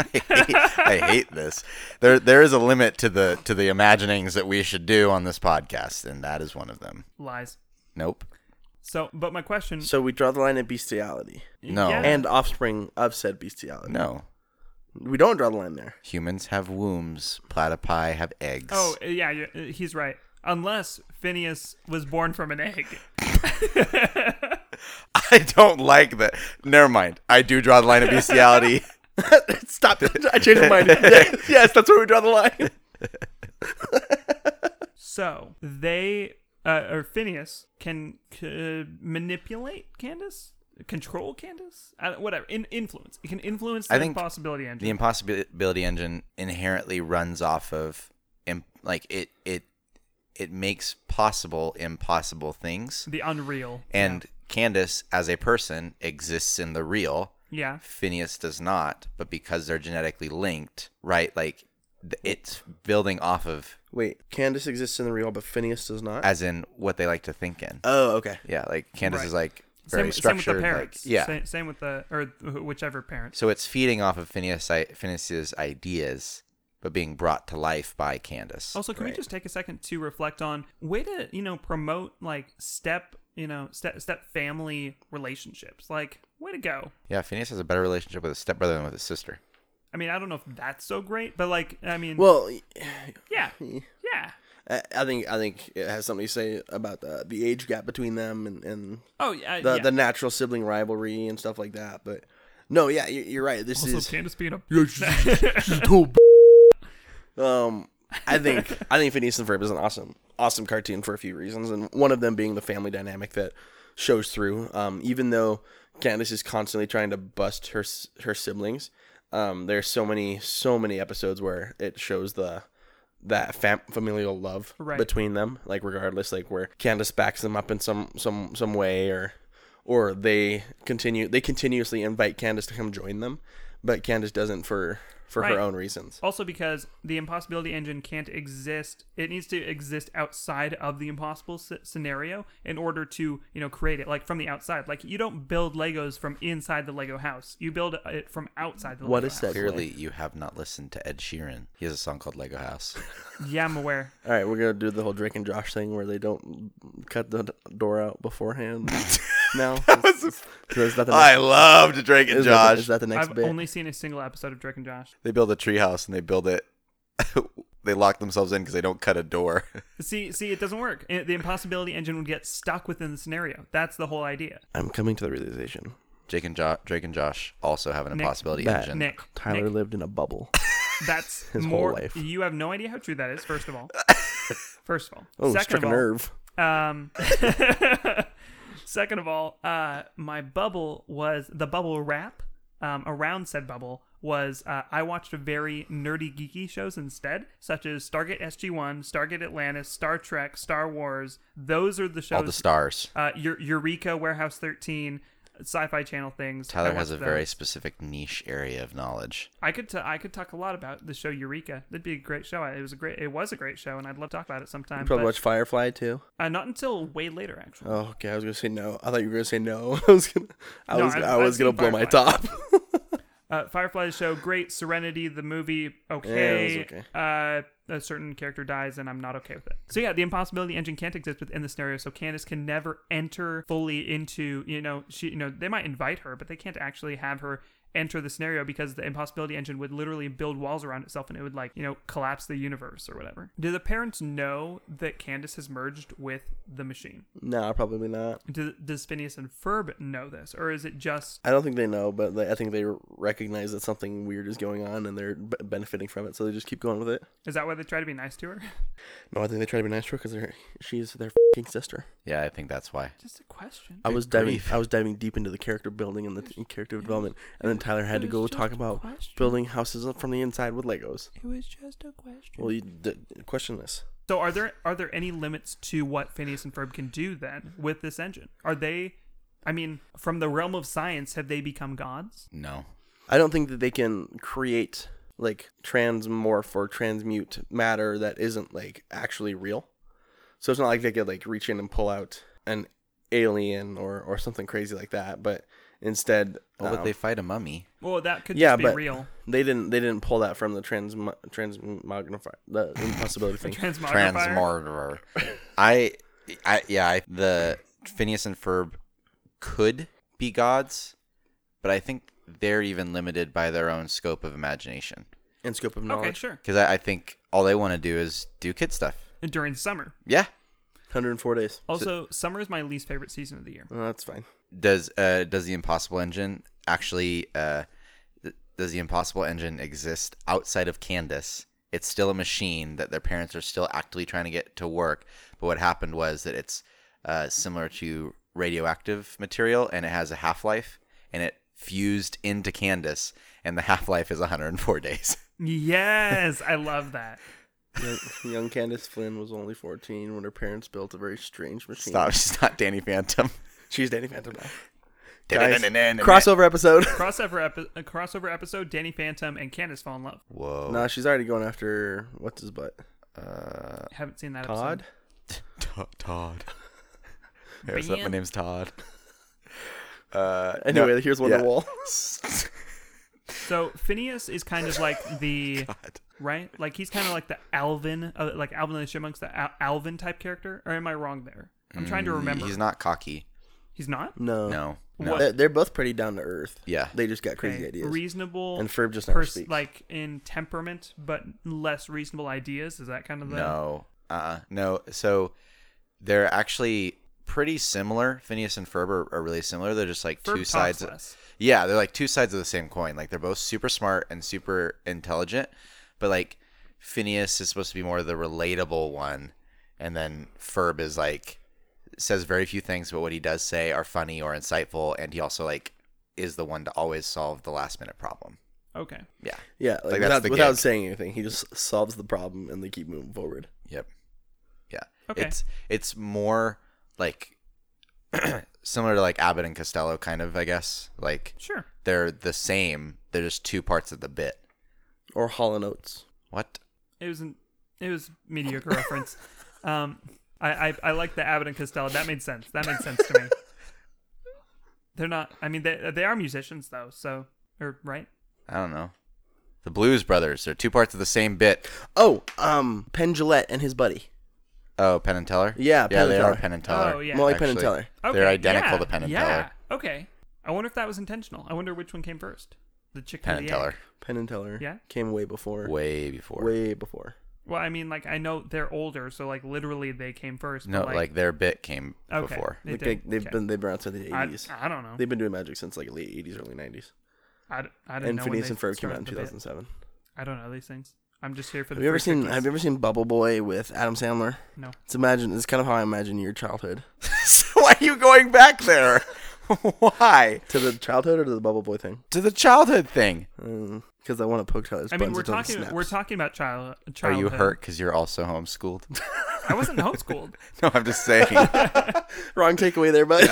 I, hate, I hate this. There, there is a limit to the to the imaginings that we should do on this podcast, and that is one of them.
Lies.
Nope.
So, but my question.
So we draw the line at bestiality
No.
Yeah.
and offspring of said bestiality.
No.
We don't draw the line there.
Humans have wombs. Platypi have eggs.
Oh, yeah, yeah, he's right. Unless Phineas was born from an egg.
[laughs] I don't like that. Never mind. I do draw the line
[laughs]
of bestiality.
Stop it. I changed my mind. Yes, [laughs] yes, that's where we draw the line.
So they uh, or Phineas can uh, manipulate Candace, control Candace, uh, whatever. In influence, it can influence the
I think
possibility engine.
the impossibility engine inherently runs off of imp- like it it it makes possible impossible things
the unreal.
and candace as a person exists in the real
yeah,
phineas does not but because they're genetically linked right like th- it's building off of
Wait, Candace exists in the real, but Phineas does not.
as in what they like to think in
oh, okay.
yeah like candace
Uh, Right.
is like
same,
very
same with
structured
the
like-
parents.
yeah
same, same with the or wh- whichever parents.
so it's feeding off of phineas I- phineas's ideas but being brought to life by candace
Also, can we
Right.
just take a second to reflect on way to you know promote like step you know step step family relationships? Like way to go.
Yeah, Phineas has a better relationship with his stepbrother than with his sister.
I mean, I don't know if that's so great, but like, I mean,
Well, [laughs]
yeah, yeah.
I I think I think it has something to say about the the age gap between them and and
Oh yeah,
the
yeah.
the natural sibling rivalry and stuff like that. But no, yeah, you- you're right. This
also
is
Candace [laughs] being a
um. I think I think Phineas and Ferb is an awesome awesome cartoon for a few reasons, and one of them being the family dynamic that shows through. Um, even though Candace is constantly trying to bust her s- her siblings, um, there's so many so many episodes where it shows the that fam- familial love
Right.
between them, like regardless, like where Candace backs them up in some some some way or or they continue they continuously invite Candace to come join them, but Candace doesn't for for
Right.
her own reasons.
also because the impossibility engine can't exist. It needs to exist outside of the impossible s- scenario in order to you know create it like from the outside. Like you don't build Legos from inside the Lego house. You build it from outside the.
What
Lego
is that?
Clearly, you have not listened to Ed Sheeran. He has a song called Lego
[laughs]
House.
House. Yeah, I'm aware.
All right, we're gonna do the whole Drake and Josh thing where they don't cut the d- door out [laughs] beforehand. no, is,
[laughs]
is that the next,
loved Drake and
is that the- is that the [laughs] next
I've
bit?
only seen a single episode of Drake and Josh.
They build a treehouse and they build it. [laughs] they lock themselves in because they don't cut a door. [laughs]
See, see, it doesn't work. It- the impossibility engine would get stuck within the scenario. That's the whole idea.
I'm coming to the realization.
Jake and jo- Drake and Josh also have an
Nick,
impossibility
that-
engine.
Nick,
Tyler
Nick,
lived in a
[laughs]
bubble.
That's
His whole
more.
life.
You have no idea how true that is. First
[laughs]
of all, first of all.
Oh,
second
struck
of
a
all,
nerve.
Um, [laughs] second of all, uh, my bubble was the bubble wrap um, around said bubble was uh, I watched very nerdy geeky shows instead, such as Stargate SG One, Stargate Atlantis, Star Trek, Star Wars. Those are the shows.
All the stars.
uh, Eu- Eureka, Warehouse Thirteen, Sci-Fi Channel things. I
Tyler has a
watched uh,
very
those.
specific niche area of knowledge.
I could t- I could talk a lot about the show Eureka. That'd be a great show. It was a great it was a great show, and I'd love to talk about it sometime.
You probably
but,
watched Firefly too.
uh, not until way later, actually.
Oh, okay. I was gonna say no. I thought you were gonna say no. [laughs] I was gonna. I
No,
was.
I've-
I
I've
was gonna
seen
blow my top. [laughs]
Firefly. Uh, Firefly the show, great. Serenity the movie,
Yeah,
okay.
it was
Uh, a certain character dies and I'm not okay with it. So yeah, the impossibility engine can't exist within the scenario, so Candace can never enter fully into, you know, she you know, they might invite her, but they can't actually have her enter the scenario because the impossibility engine would literally build walls around itself and it would like, you know, collapse the universe or whatever. Do the parents know that Candace has merged with the machine?
No, probably not.
Do, does Phineas and Ferb know this or is it just
I don't think they know, but they, I think they recognize that something weird is going on and they're b- benefiting from it, so they just keep going with it.
is that why they try to be nice to her? [laughs]
No, I think they try to be nice to her because she's their fing sister.
Yeah, I think that's why.
Just a question.
I
Good
was diving.
grief.
I was diving deep into the character building and the t- character development, and then Tyler had to
It
go
was
talk
just a
about
question.
building houses up from the inside with Legos.
It was just a question.
Well, you d- question this.
So are there are there any limits to what Phineas and Ferb can do then with this engine? Are they I mean, from the realm of science, have they become gods?
No.
I don't think that they can create like transmorph or transmute matter that isn't like actually real. So it's not like they could like reach in and pull out an alien or or something crazy like that. But instead,
Oh,
Well,
um,
would they fight a mummy?
Well, that could
Yeah,
just be
but- [laughs]
real.
they didn't they didn't pull that from the transm transmogrify the impossibility
[laughs]
thing.
Transmogrifier.
Transmortar. I, I, yeah, I, the Phineas and Ferb could be gods, but I think they're even limited by their own scope of imagination.
and scope of
Okay,
knowledge.
sure.
Because I, I think all they want to do is do kid stuff.
During summer.
Yeah.
104 days.
Also, summer is my least favorite season of the year.
Oh, that's fine.
Does uh does the Impossible Engine actually uh th- does the Impossible Engine exist outside of Candace? It's still a machine that their parents are still actively trying to get to work. But what happened was that it's uh, similar to radioactive material and it has a half life and it fused into Candace and the half life is 104 days. [laughs]
Yes, I love that.
Young, [laughs] young Candace Flynn was only 14 when her parents built a very strange machine.
Stop! She's not Danny Phantom. [laughs]
She's Danny Phantom
[laughs]
now. Guys,
Crossover.
crossover episode. [laughs]
Crossover, epi- a crossover episode: Danny Phantom and Candace fall in love.
Whoa.
nah, she's already going after what's his butt. Uh,
Haven't seen that
Todd.
episode.
Ta- Todd. [laughs] Hey, what's up? My
Bam.
name's Todd. Uh,
Anyway,
no,
here's
yeah. [laughs]
Wonderwall.
So Phineas is kind of
[laughs]
like the right, like he's kind of like the Alvin, uh, like Alvin and the Chipmunks, the Al- Alvin type character. Or am I wrong there? I'm trying
Mm,
to remember.
Mm, He's not cocky.
He's not.
No.
No. No.
They're, they're both pretty down to earth.
Yeah.
They just got crazy
Okay,
ideas.
Reasonable
And Ferb just never speaks.
like in temperament, but less reasonable ideas. Is that kind of the
No. Uh, no. So they're actually pretty similar. Phineas and Ferb are, are really similar. They're just like
Ferb
two
talks
sides.
less.
Yeah, they're like two sides of the same coin. Like they're both super smart and super intelligent, but like Phineas is supposed to be more the relatable one, and then Ferb is like says very few things, but what he does say are funny or insightful, and he also like is the one to always solve the last minute problem.
Okay.
Yeah.
Yeah, like,
that's
without,
the
without
gig.
saying anything, he just solves the problem and they keep moving forward.
Yep. Yeah.
Okay.
It's it's more like [clears throat] similar to like Abbott and Costello kind of, I guess. Like
Sure.
they're the same. They're just two parts of the bit.
Or Hall and Oates.
What?
It was an, it was mediocre reference.
[laughs]
Um, I, I I like the Abbott and Costello. That made sense. That made sense
[laughs]
to me. They're not. I mean, they they are musicians though. So or right.
I don't know. The Blues Brothers. They're two parts of the same bit.
Oh, um, Penn Jillette and his buddy.
Oh, Penn and Teller.
Yeah,
yeah,
Penn and
they
Teller.
are Penn and Teller.
Oh, yeah.
More like Penn and
actually.
Teller.
Okay,
They're identical
yeah,
to Penn and
yeah.
Teller.
Okay. I wonder if that was intentional. I wonder which one came first. The chicken.
Penn
or
and
the egg?
Teller.
Penn and Teller
Yeah.
came way before.
Way before.
Way before.
Well, I mean, like I know they're older, so like literally they came first. but,
no, like, their bit came
Okay. [laughs]
before. [laughs]
They
Like,
did.
They, have
Okay.
been they've been around since the
I,
eighties.
I don't know.
They've been doing magic since like late eighties, early nineties.
I, d- I didn't
And
know.
Phineas
when
and
they
Ferb came out in
started
two
the bit.
thousand seven.
I don't know these things. I'm just here for the.
Have you ever
free
seen
cookies.
Have you ever seen Bubble Boy with Adam Sandler?
No.
It's imagine. It's kind of how I imagine your childhood.
so why are you going back there? [laughs] why?
To the childhood or to the Bubble Boy thing?
To the childhood thing.
Because I want to poke Tyler's
I mean,
buttons
we're
until he
talking
snaps.
we're talking about child
Are
childhood.
you hurt because you're also homeschooled? [laughs]
[laughs]
I wasn't homeschooled.
no, I'm just saying.
Wrong takeaway there,
[laughs]
bud.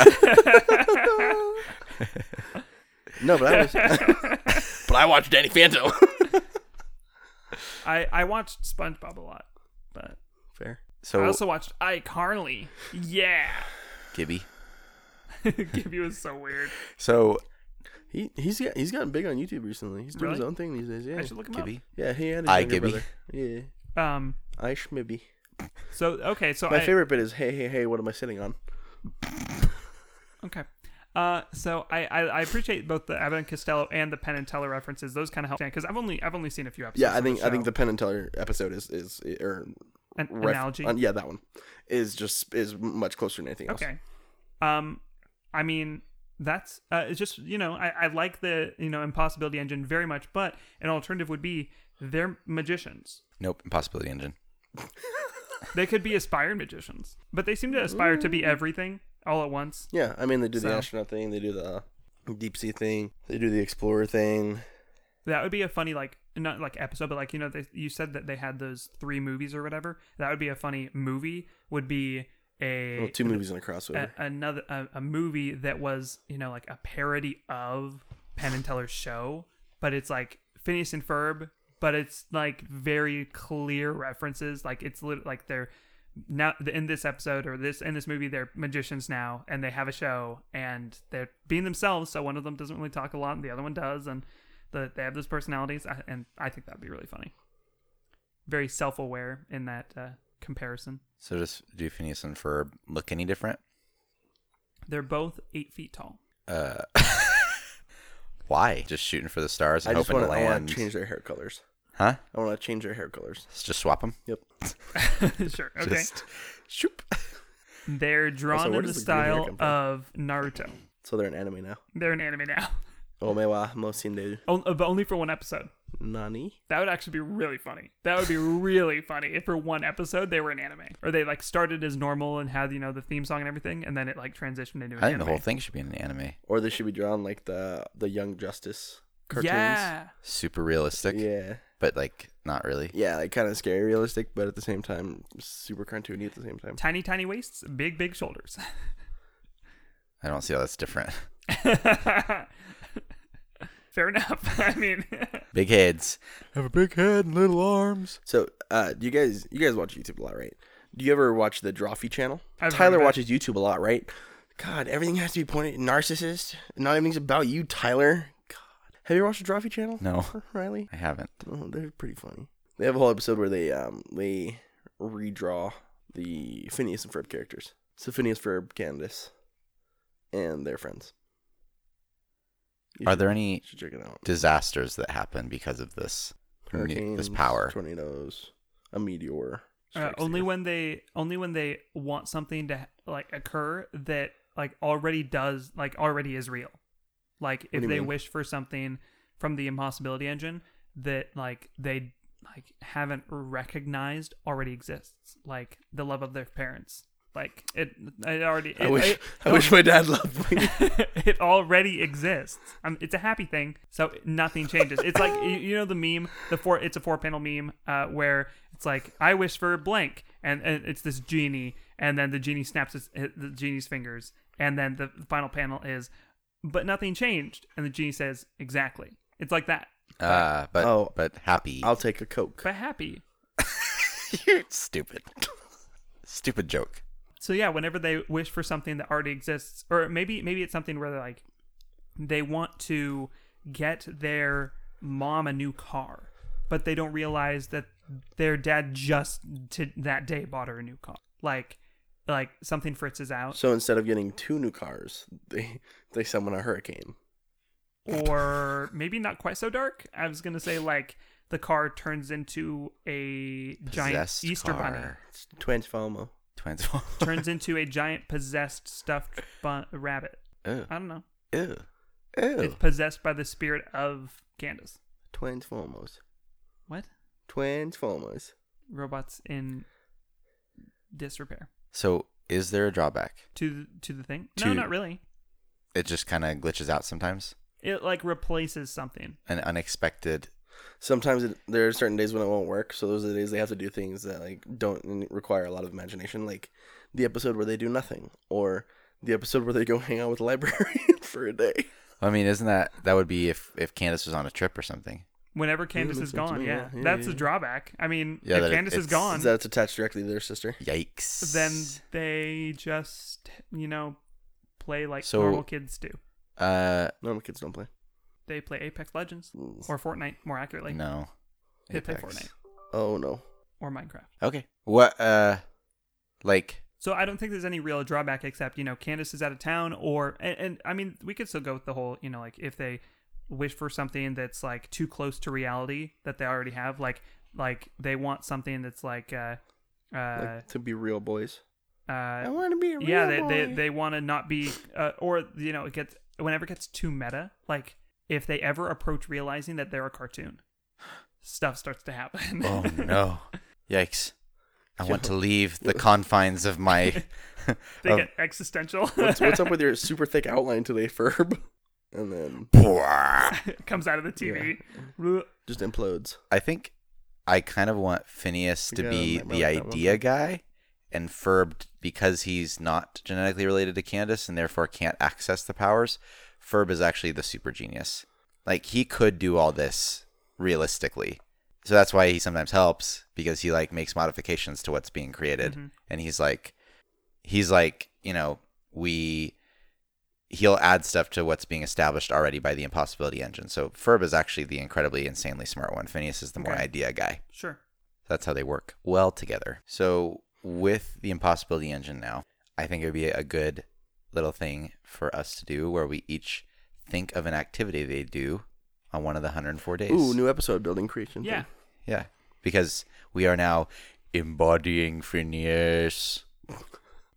no, but I was.
[laughs]
but I watched Danny Phantom.
I I watched SpongeBob a lot, but
Fair.
So,
I also watched iCarly. Yeah, [laughs]
Gibby.
Gibby was so weird.
So,
He he's got, he's gotten big on YouTube recently. He's doing his
Really?
own thing these days.
I
Yeah.
should look him
Gibby.
Yeah. He and his
I,
younger
Gibby.
brother. Yeah.
up. Um.
Aish maybe.
So okay. So
My
I,
favorite bit is hey hey hey what am I sitting on?
Okay. Uh, so I, I, I appreciate both the Abbott and Costello and the Penn and Teller references. Those kind of help because I've only I've only seen a few episodes.
Yeah, I
of the
think I think
show.
the Penn and Teller episode is is or
An-
ref-
analogy.
uh, yeah, that one is just is much closer than anything else.
okay. Um, I mean that's uh, it's just you know I, I like the you know impossibility engine very much, but an alternative would be they're magicians.
Nope, Impossibility Engine.
They
[laughs]
could be aspired magicians, but they seem to aspire to be everything all at once.
Yeah, I mean they do the
So-
astronaut thing, they do the deep sea thing, they do the explorer thing.
That would be a funny like not like episode, but like you know they, you said that they had those three movies or whatever. That would be a funny movie. Would be a
Well, two movies and a crossover.
a, another a, a movie that was you know like a parody of Penn and Teller's show, but it's like Phineas and Ferb, but it's like very clear references. Like it's lit- like they're now in this episode or this in this movie they're magicians now and they have a show and they're being themselves. So one of them doesn't really talk a lot, and the other one does, and the, they have those personalities. I- And I think that'd be really funny. Very self-aware in that uh, comparison.
So just do Phineas and Ferb look any different?
They're both eight feet tall. [laughs]
Uh, why? Just shooting for the stars
I
and
just
hoping
want
to land.
to change their hair colors.
Huh?
I want to change their hair colors.
Let's just swap them.
Yep.
sure. Okay.
Just shoop.
They're drawn
where
in the
does the green hair
style
come from?
of Naruto.
[laughs] So they're an anime now. Oh,
They're an anime now, [laughs]
Omewa Mosinderu
On- uh, but only for one episode.
Nani.
That would actually be really funny. That would be really [laughs] funny if for one episode they were an anime, or they like started as normal and had you know the theme song and everything, and then it like transitioned into an
I think
anime.
the whole thing should be in an anime.
Or they should be drawn like the the Young Justice cartoons.
Yeah,
Super realistic,
Yeah.
but like not really.
Yeah, like kind of scary realistic, but at the same time super cartoony at the same time.
tiny tiny waists, big big shoulders. [laughs]
I don't see how that's different. [laughs]
Fair enough. [laughs] I mean,
Big heads. Have a big head and little arms.
So, uh, do you guys you guys watch YouTube a lot, right? Do you ever watch the Drawfee channel?
I've heard
Tyler
of it.
watches YouTube a lot, right? God, everything has to be pointed narcissist. Not everything's about you, Tyler. God, have you ever watched the Drawfee channel?
No,
[laughs] Riley.
I haven't.
Oh, they're pretty funny. They have a whole episode where they um they redraw the Phineas and Ferb characters. So Phineas, Ferb, Candace, and their friends. You
Are
should-
there any
You should check it out.
disasters that happen because of this ne-
Hurricanes,
this power?
tornadoes, a meteor.
Uh,
strikes the
only
Earth.
when they only when they want something to like occur that like already does like already is real. Like
do
if
you
they
mean?
wish for something from the impossibility engine that like they like haven't recognized already exists. Like the love of their parents. Like it it already
I
it,
wish
it,
I wish my dad loved me.
[laughs] it already exists. Um, it's a happy thing, so nothing changes. It's like you, you know the meme, the four. It's a four panel meme uh, where it's like I wish for blank, and, and it's this genie, and then the genie snaps his, his- the genie's fingers, and then the final panel is, but nothing changed, and the genie says exactly. It's like that,
Uh, but
Oh.
but happy.
[laughs] I'll take a coke.
but happy.
You're [laughs]
[laughs]
stupid. stupid joke.
so yeah whenever they wish for something that already exists or maybe maybe it's something where they're like they want to get their mom a new car but they don't realize that their dad just to that day bought her a new car like like something fritzes out
So instead of getting two new cars, they they summon a hurricane.
or maybe not quite so dark i was gonna say like the car turns into a giant
Possessed
easter
car.
bunny
It's Transformer.
[laughs] Transform.
turns into a giant possessed stuffed bun- rabbit
Ew.
i don't know
Ew. Ew.
It's possessed by the spirit of Candace.
Transformers.
What?
Transformers.
Robots in disrepair.
So is there a drawback?
To th- to the thing? No,
To-
not really.
It just kind of glitches out sometimes.
It like replaces something.
An unexpected.
Sometimes it, there are certain days when it won't work. So those are the days they have to do things that like don't n- require a lot of imagination, like the episode where they do nothing, or the episode where they go [laughs] hang out with the librarian [laughs] for a day.
I mean, isn't that that would be if if Candace was on a trip or something?
Whenever Candace
makes
is
sense to
gone,
me,
yeah,
yeah, yeah,
that's
yeah.
a drawback. I mean,
Yeah, that
if
it-
Candace is
it's-
gone,
That's attached directly to their sister.
Yikes.
then they just you know play like
So-
normal kids do.
Uh,
Normal kids don't play.
They play Apex Legends or Fortnite, more accurately.
no.
They play
Apex.
Fortnite.
Oh no.
or Minecraft.
Okay. What uh like
So I don't think there's any real drawback except, you know, Candace is out of town or and, and I mean, we could still go with the whole, you know, like if they wish for something that's like too close to reality that they already have, like like they want something that's like uh uh
Like, to be real boys. I
uh
want to be a real
yeah, they they,
boy.
they want to not be uh, or you know, it gets whenever it gets too meta, like if they ever approach realizing that they're a cartoon, stuff starts to happen. [laughs]
Oh no. Yikes. I want to
Yo.
leave the confines of
[laughs]
my
they
of- [laughs]
get existential.
what's, what's up with your super thick outline today, Ferb? And then
[laughs] comes out of the TV.
[laughs] just implodes.
I think I kind of want Phineas to
Yeah,
be
that
the
might- that will
idea guy and Ferb because he's not genetically related to Candace and therefore can't access the powers. Ferb is actually the super genius. Like he could do all this realistically. So that's why he sometimes helps because he like makes modifications to what's being created
Mm-hmm.
Mhm.
and he's like he's like, you know, we he'll add stuff to what's being established already by the impossibility engine. So Ferb is actually the incredibly insanely smart one. Phineas is the more
Okay.
idea guy.
Sure.
That's how they work well together. So with the impossibility engine now, I think it would be a good little thing for us to do where we each think of an activity they do on one of the 104 days.
Ooh, new episode building creation.
Yeah.
thing.
yeah, because we are now embodying Phineas.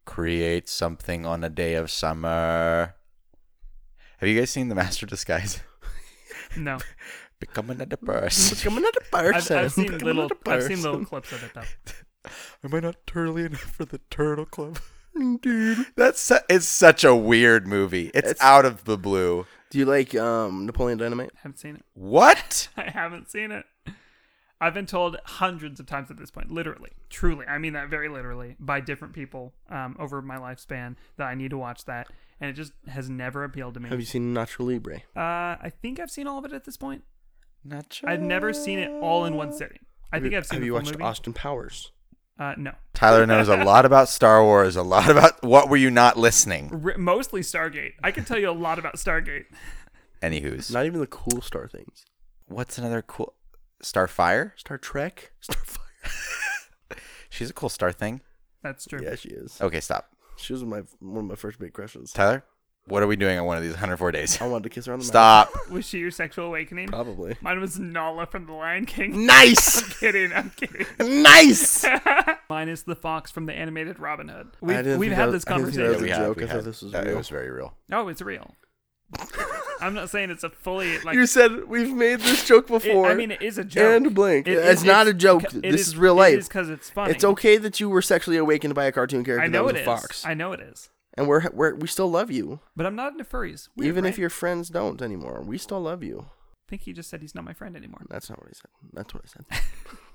Create something on a day of summer. Have you guys seen The Master Disguise? [laughs]
[laughs]
No.
Become another person.
Become another
[laughs] I've,
person.
I've seen
Become
little
another
I've seen little
person.
clips of it though.
[laughs] Am I not turtly enough for the Turtle Club? Dude, that's su- it's such a weird movie. It's,
It's-
out of the blue.
Do you like um Napoleon Dynamite?
I haven't seen it. [laughs]
What?
I haven't seen it. I've been told hundreds of times at this point, literally, truly, I mean that very literally, by different people um, over my lifespan that I need to watch that, and it just has never appealed to me.
Have you seen Nacho Libre?
uh, I think I've seen all of it at this point.
Not
I've never seen it all in one sitting. I think I've seen
Have
the
you
full
watched
movie.
Austin Powers?
uh, no,
Tyler knows a lot about Star Wars. A lot about what were you not listening?
R- mostly Stargate. I can tell you a lot about Stargate. [laughs]
Anywho's.
Not even the cool Star things.
What's another cool Starfire?
Star
[laughs]
Trek. Starfire.
She's a cool star thing.
That's true.
Yeah, she is.
Okay, stop.
She was my one of my first big crushes.
Tyler, what are we doing on one of these
[laughs]
104 days?
I wanted to kiss her on the mouth. [laughs]
Stop.
Was she your sexual awakening?
Probably.
Mine was Nala from The Lion
[laughs]
King. [laughs]
nice.
kidding, I'm kidding.
nice.
Mine is the fox from the animated Robin Hood. We,
I didn't
we've
think
had
that-
this
I didn't think that
conversation.
was a
we have,
joke.
we
I thought
have.
this was
Uh, It
real.
was very real.
oh, it's real. I'm not saying it's a fully [laughs]
[laughs]
like.
you said we've made this joke
it-
before.
I mean, it is a joke.
and blank.
It-
it's
it-
not a joke.
it
this is, real
It
life.
is because it's funny.
It's okay that you were sexually awakened by a cartoon character
I know
that was
it is.
a fox,
I know it is.
and we're, we're we still love you,
But I'm not into furries. Weird,
even if
right?
your friends don't anymore. We still love you.
I think he just said he's not my friend anymore.
That's not what I said. That's what I [laughs] said.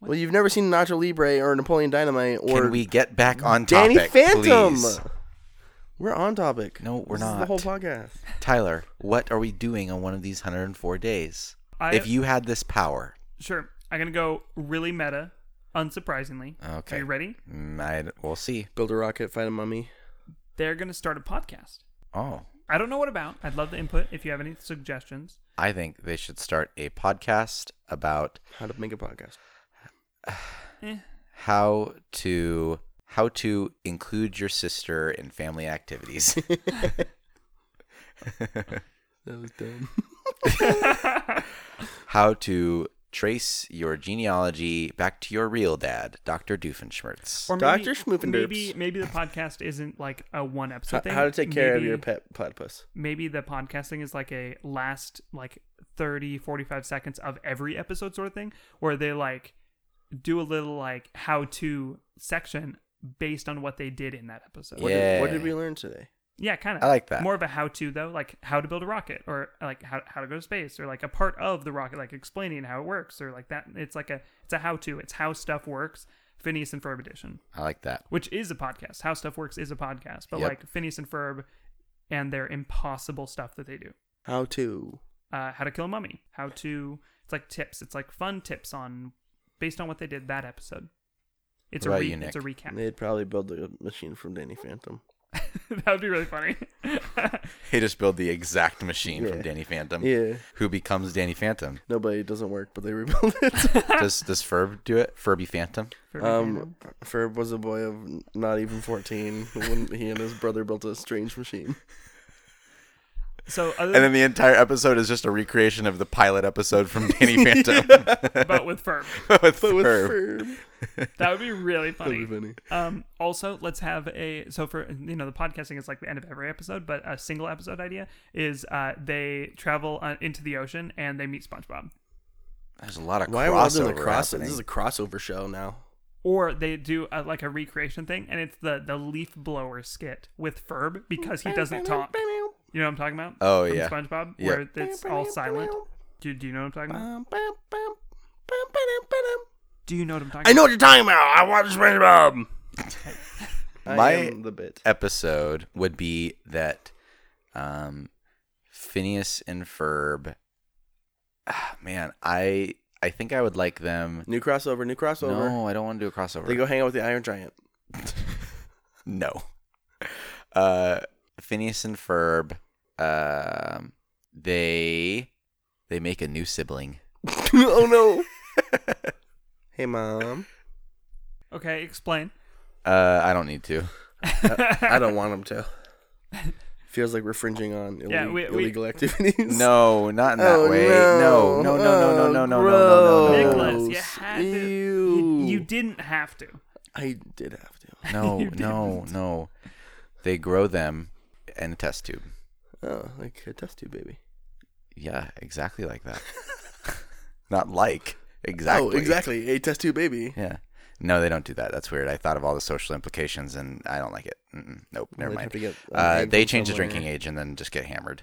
well, you've never seen Nacho Libre or Napoleon Dynamite or
Can we get back on
Danny
topic,
Phantom.
please?
We're on topic.
No, we're
This is
not.
the whole podcast.
Tyler, what are we doing on one of these 104 days?
I-
if you had this power,
Sure. I'm going to go really meta, unsurprisingly.
Okay.
Are you ready?
mm, I we'll see.
Build a rocket, fight a mummy.
They're going to start a podcast.
Oh,
I don't know what about. I'd love the input if you have any suggestions.
I think they should start a podcast about
How to make a podcast?
Eh.
how to how to include your sister in family
[laughs]
activities.
That was
[laughs]
dumb.
how to trace your genealogy back to your real dad, Dr. Doofenshmirtz.
Or
Dr.
maybe,
Schmoofendurps.
maybe maybe the podcast isn't like a one episode
How,
thing.
how to take care
Maybe-
of your pet platypus?
Maybe the podcasting is like a last like 30 45 seconds of every episode sort of thing where they like do a little like how to section based on what they did in that episode.
What,
Yeah.
did, what did we learn today?
Yeah, kind of.
I like that.
More of a how to though, like how to build a rocket, or like how how to go to space, or like a part of the rocket, like explaining how it works, or like that. It's like a it's a how to. It's how stuff works. Phineas and Ferb edition,
I like that.
which is a podcast. How stuff works is a podcast, but
Yep.
like Phineas and Ferb, and their impossible stuff that they do.
How to?
Uh, how to kill a mummy. How to. It's like tips. It's like fun tips on based on what they did that episode. It's
What
a
about
re-
you,
it's a
Nick?
recap.
They'd probably build the machine from Danny Phantom.
[laughs] that would be really funny. [laughs]
They just build the exact machine from
Yeah.
Danny Phantom,
Yeah.
who becomes
[laughs]
Danny Phantom.
Nobody it doesn't work, but they rebuild [laughs] it.
does does Ferb do it? Furby Phantom?
Furby fandom.
Um, Ferb was a boy of not even 14 when he and his brother built a strange machine.
so other
And then the entire episode is just a recreation of the pilot episode
[laughs]
from Danny Phantom
than but with firm,
[laughs]
[laughs]
with
But with
Ferb.
Ferb.
that would be really funny.
That'd be funny.
Um, also, let's have a so for you know the podcasting is like the end of every episode, but a single episode idea is uh, they travel uh, into the ocean and they meet SpongeBob,
There's a lot of
Why are we all doing
crossover.
a crossover?
happening.
This is a crossover show now.
or they do a, like a recreation thing, and it's the the leaf blower skit with Ferb because he doesn't talk. You know what I'm talking about?
Oh,
From
yeah.
SpongeBob,
Yeah.
where it's all silent. Do, do you know what I'm talking about? Do you know what I'm talking
I know what you're talking about. I watch SpongeBob.
My-
I am the bit.
episode would be that um Phineas and Ferb ah, man, I I think I would like them.
New crossover. New crossover.
No, I don't want to do a crossover.
They go hang out with the Iron Giant.
no. [laughs] Uh Phineas and Ferb um they they make a new sibling.
[laughs] oh no. [laughs] hey mom.
about? Okay, explain.
Uh I don't
[laughs]
need to. Uh,
[laughs]
I don't want him to. [laughs] Feels like we're fringing on ille-
Yeah, we- we-
illegal activities. [laughs]
No, not in that
Oh,
way. No, no, no, no, no, no, no, no, no, no, no,
Nicholas,
Gross.
you had to.
Ew.
You, you didn't have to.
I did have to.
no,
[laughs] You
no, no. They grow them in a test tube.
Oh, like a test tube baby.
Yeah, exactly
[laughs]
like that. Not like exactly.
Oh, exactly. A test tube baby.
Yeah. No, they don't do that. That's weird. I thought of all the social implications, and I don't like it. Mm-mm. Nope, never
They'd
mind.
have to get an
uh,
egg
they
from
change the
somewhere.
drinking age and then just get hammered.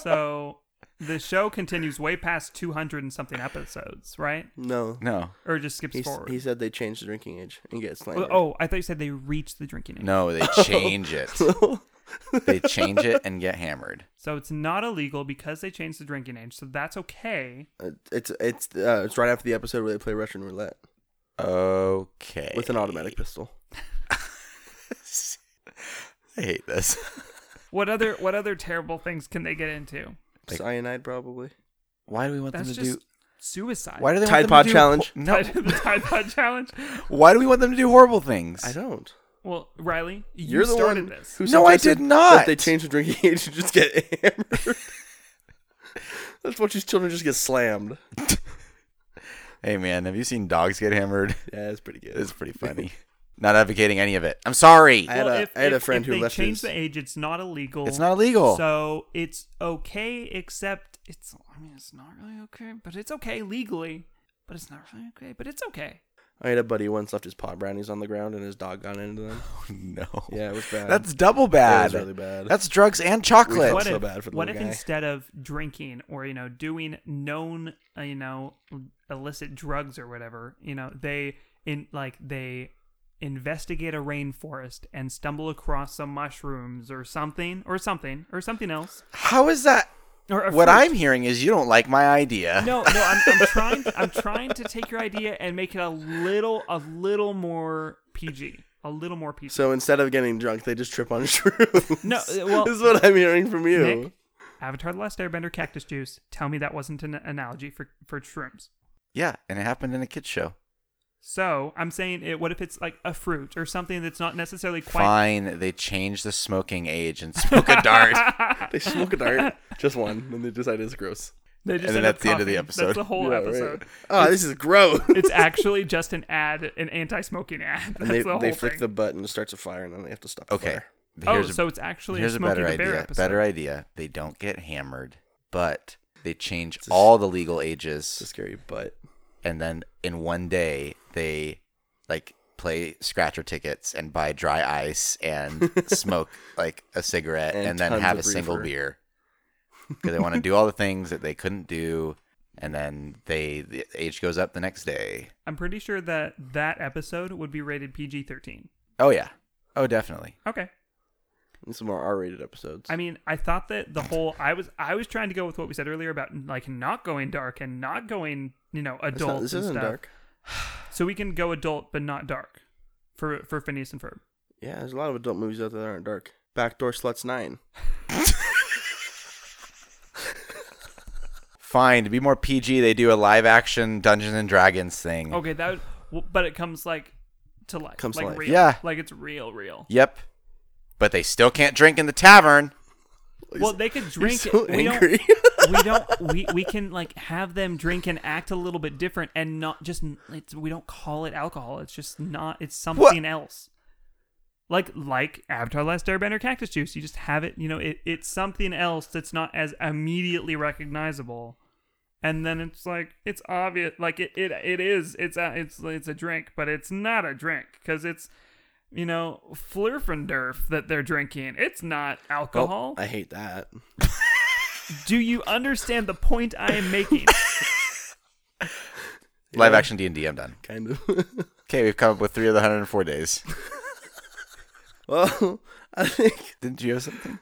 So the show continues way past 200 and something episodes, right?
No.
No,
Or it just skips
He, s-
forward.
he said they changed the drinking age and get slammed.
Well, oh, I thought you said they reach the drinking age.
[laughs]
no, they
Oh.
change it.
oh.
they change it and get hammered.
So it's not illegal because they changed the drinking age. So that's okay.
Uh, it's it's uh, it's right after the episode where they play Russian roulette
Okay.
with an automatic pistol.
I hate this.
What other what other terrible things can they get into?
Like-
Cyanide probably.
Why do we want
That's
them to
just
do?
suicide. [laughs]
Why do they want
Tide
them
Pod
to do
challenge?
Ho-
Tide-
no.
the Tide Pod challenge?
Why do we want them to do horrible things?
I don't.
Well, Riley, you
You're the
started
one
this.
who
No, I
suggested
did not.
That they change the drinking [laughs] age to just get hammered. [laughs] That's what these children just get slammed.
Hey man, have you seen dogs get hammered?
Yeah, it's pretty good. [laughs]
It's pretty funny. Not advocating any of it. I'm sorry.
I had
Well,
a-
if,
I had a
if-
friend
if
who
they
left
changed
his-
the age. It's not illegal.
It's not illegal.
So it's okay, except it's. I mean, it's not really okay, but it's okay legally. But it's not really okay. But it's okay.
I had a buddy who once left his pot brownies on the ground and his dog got into
[sighs]
them.
[laughs] no.
Yeah, it was bad.
That's double bad.
It was really bad.
That's drugs and
We
chocolate.
felt
What
so
if,
bad for the
what if
little guy.
instead of drinking or you know doing known uh, you know illicit drugs or whatever, you know they in like they investigate a rainforest and stumble across some mushrooms or something or something or something else
How is that?
or a
What
fruit.
I'm hearing is you don't like my idea.
No, no, I'm, I'm trying. I'm trying to take your idea and make it a little, a little more PG, a little more PG.
so instead of getting drunk, they just trip on [laughs] shrooms.
No, uh, well-
this is what I'm hearing from you.
Nick, Avatar: The Last Airbender, cactus juice. Tell me that wasn't an analogy for for shrooms.
Yeah, and it happened in a kids show.
So I'm saying, it, what if it's like a fruit or something that's not necessarily [laughs] quite?
Fine, they changed the smoking age and smoke a
[laughs]
dart.
They smoke a dart, just one, and they decide it's gross.
They just
And then
end up
that's the end of the
coughing.
episode.
That's the whole
Yeah, right.
episode.
Oh, this is
[laughs]
gross.
It's actually just an ad, an anti-smoking ad. That's
and they,
the whole
they
thing.
flick the button and it starts a fire, and then they have to stop. the
[laughs] Okay.
fire.
oh,
here's a-
so it's actually
Here's
a
a
Smokey
better
the Bear
idea.
episode.
Better idea. They don't get hammered, but they change all the legal
It's a
ages,
scary butt.
and then in one day they like play scratcher tickets and buy dry ice and smoke like a cigarette
And
and, then
tons
have a
of
single
reefer.
beer because they want to do all the things that they couldn't do, and then they the age goes up the next day.
I'm pretty sure that that episode would be rated PG-13.
Oh yeah. Oh definitely.
Okay.
And some more R-rated episodes.
I mean, I thought that the whole I was I was trying to go with what we said earlier about like not going dark and not going you know
It's not-
adult
this
and
isn't
stuff.
dark.
So we can go adult but not dark for for Phineas and Ferb.
Yeah, there's a lot of adult movies out there that aren't dark. Backdoor Sluts [laughs] 9.
Fine, to be more PG, they do a live action Dungeons and Dragons thing.
Okay, that. Would, w- but it comes like to life.
Comes to
like
life.
Real.
Yeah.
Like it's real, real.
Yep. But they still can't drink in the tavern.
Well, they could drink
so
it. We
angry.
don't. We don't. We, we can like have them drink and act a little bit different, and not just. It's, we don't call it alcohol. It's just not. It's something else. Like like Avatar: Last Airbender cactus juice. You just have it. You know, it, it's something else that's not as immediately recognizable. And then it's like it's obvious. Like it it, it is. It's a, it's it's a drink, but it's not a drink because it's. You know, flirfendurf that they're drinking. It's not [laughs] alcohol.
I hate that.
Do you understand the point I am making? [laughs]
Live action D&D, I'm done.
Kind of. [laughs]
Okay, we've come up with three of the 104 days.
well, [laughs] I think
Didn't you have something?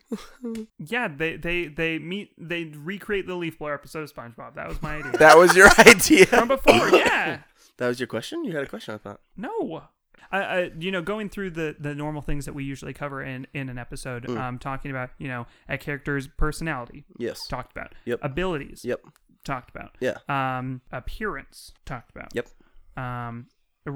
yeah, they they they meet they recreate the leaf blower episode of SpongeBob. That was my idea.
That was your [laughs] idea.
[laughs]
From before, yeah.
that was your question? You had a question, I thought.
No. I, I, you know, going through the, the normal things that we usually cover in, in an episode, um, talking about, you know, a character's personality,
Yes.
talked about.
Mm. Yep.
Abilities,
Yep.
talked about.
Yeah.
Um, appearance, talked about.
Yep.
Um,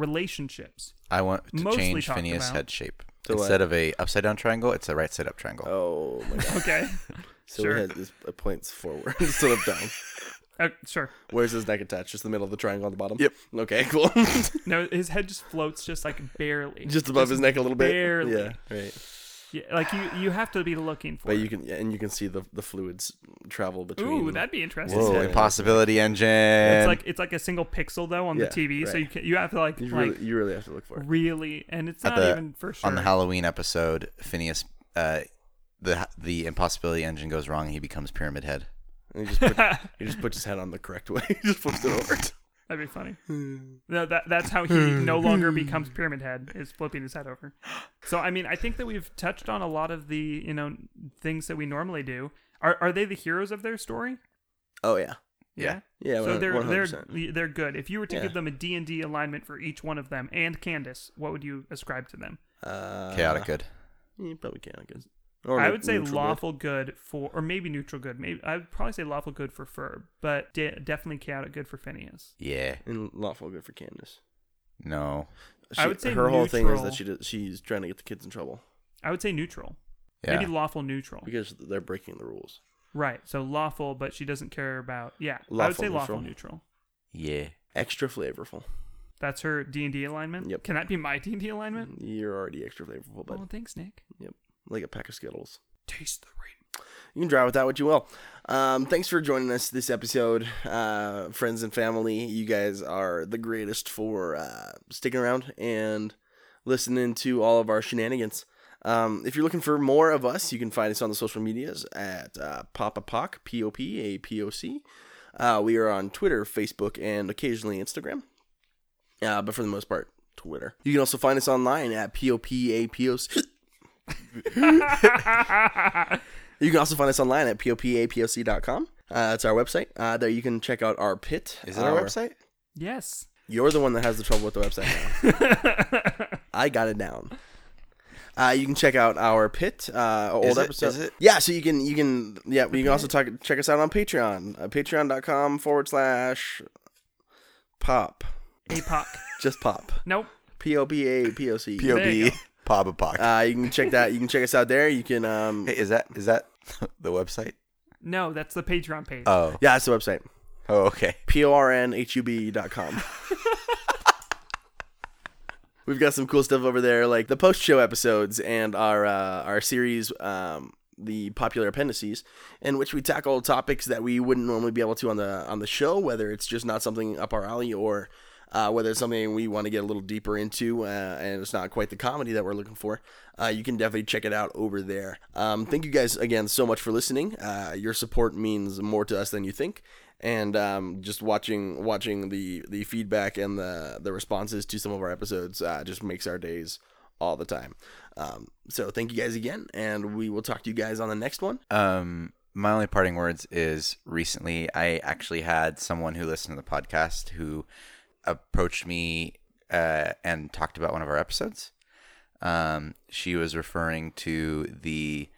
relationships.
I want to
Mostly
change
talked
Phineas'
about.
head shape.
To what?
Instead of a upside down triangle, it's a right side up triangle.
Oh my god. [laughs]
Okay.
So
Sure.
we had this uh, points forward [laughs] instead of down.
uh, sure.
Where's his neck attached? Just the middle of the triangle on the bottom.
Yep.
Okay. [laughs] Cool.
No, his head just floats just like barely.
just above his neck a little bit.
barely.
Yeah. Right.
Yeah, like you, you have to be looking for.
But
it.
you can yeah, and you can see the the fluids travel between.
Ooh, that'd be interesting.
Whoa,
head.
impossibility engine.
It's like it's like a single pixel though on
Yeah,
the TV, so
right.
you can, you have to like
you
like
really you really have to look for it.
really, and it's
At
not
the-
even for sure.
on the Halloween episode, Phineas, uh, the the impossibility engine goes wrong, and he becomes Pyramid Head.
And he just
[laughs]
put, he just puts his head on the correct way. [laughs] he just flips it over.
That'd be funny. no, that that's how he no longer becomes Pyramid Head is flipping his head over. So I mean, I think that we've touched on a lot of the you know things that we normally do. Are are they the heroes of their story?
Oh yeah.
Yeah.
Yeah.
So they're
100%.
they're they're good. If you were to
Yeah.
give them a D and D alignment for each one of them and Candace, what would you ascribe to them?
uh,
Chaotic good.
Yeah, probably chaotic good. Or
I
ne-
would say
neutral good.
lawful good. for, or maybe neutral good. Maybe I would probably say lawful good for Ferb, but de- definitely chaotic good for Phineas.
Yeah.
and lawful good for Candace.
No.
She,
I would say
her whole thing is
neutral.
that she does, she's trying to get the kids in trouble
I would say neutral.
Yeah.
Maybe lawful neutral.
because they're breaking the rules.
Right. So lawful, but she doesn't care about. Yeah, I would
Lawful
say lawful
neutral.
neutral.
Yeah.
Extra flavorful.
That's her D and D alignment.
Yep.
Can that be my [laughs] D and D alignment?
You're already extra flavorful, but
Oh, thanks, Nick.
yep, like a pack of Skittles.
Taste the rain.
You can drive with that what you will. Um, thanks for joining us this episode, uh, friends and family. You guys are the greatest for uh, sticking around and listening to all of our shenanigans. Um, if you're looking for more of us, you can find us on the social medias at uh, Papa Poc, P O P A P O C. Uh, we are on Twitter, Facebook, and occasionally Instagram. Uh, but for the most part, Twitter. You can also find us online at P O P A P O C. [laughs] You can also find us online at popapoc.com. Uh, that's our website. Uh, there you can check out our pit.
Is it our, website?
[laughs]
Yes.
You're the one that has the trouble with the website now. I got it down. Uh, you can check out our pit uh, old
Is it-
episode.
is it?
Yeah, so you can you can yeah you can also talk, check us out on Patreon, uh, patreon.com forward slash pop,
Apoc.
just pop,
nope.
p o p a p o c. E.
There you
POB.
go.
Papa Pock.
Uh, you can check that. You can check us out there. You can um
hey, is that is that [laughs] the website?
No, that's the Patreon page.
Oh.
yeah, that's the website.
Oh, okay.
P O R N H U B E dot com. [laughs] We've got some cool stuff over there, like the post show episodes and our uh, our series, um, the popular appendices, in which we tackle topics that we wouldn't normally be able to on the on the show, whether it's just not something up our alley or uh, whether it's something we want to get a little deeper into uh, and it's not quite the comedy that we're looking for, uh, you can definitely check it out over there. Um, thank you guys again so much for listening. Uh, your support means more to us than you think. And um, just watching watching the, the feedback and the, the responses to some of our episodes uh, just makes our days all the time. Um, so thank you guys again, and we will talk to you guys on the next one.
Um, my only parting words is recently I actually had someone who listened to the podcast who approached me uh, and talked about one of our episodes. um, she was referring to the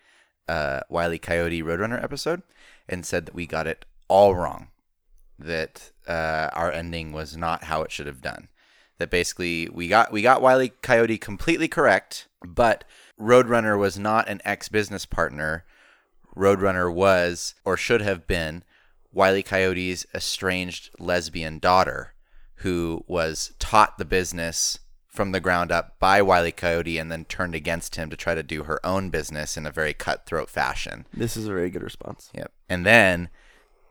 uh, Wiley Coyote Roadrunner episode and said that we got it all wrong. That uh, our ending was not how it should have done. That basically we got we got Wiley Coyote completely correct, but Roadrunner was not an ex business partner. Roadrunner was or should have been Wiley Coyote's estranged lesbian daughter, who was taught the business from the ground up by Wiley Coyote and then turned against him to try to do her own business in a very cutthroat fashion.
This is a very good response.
Yep. And then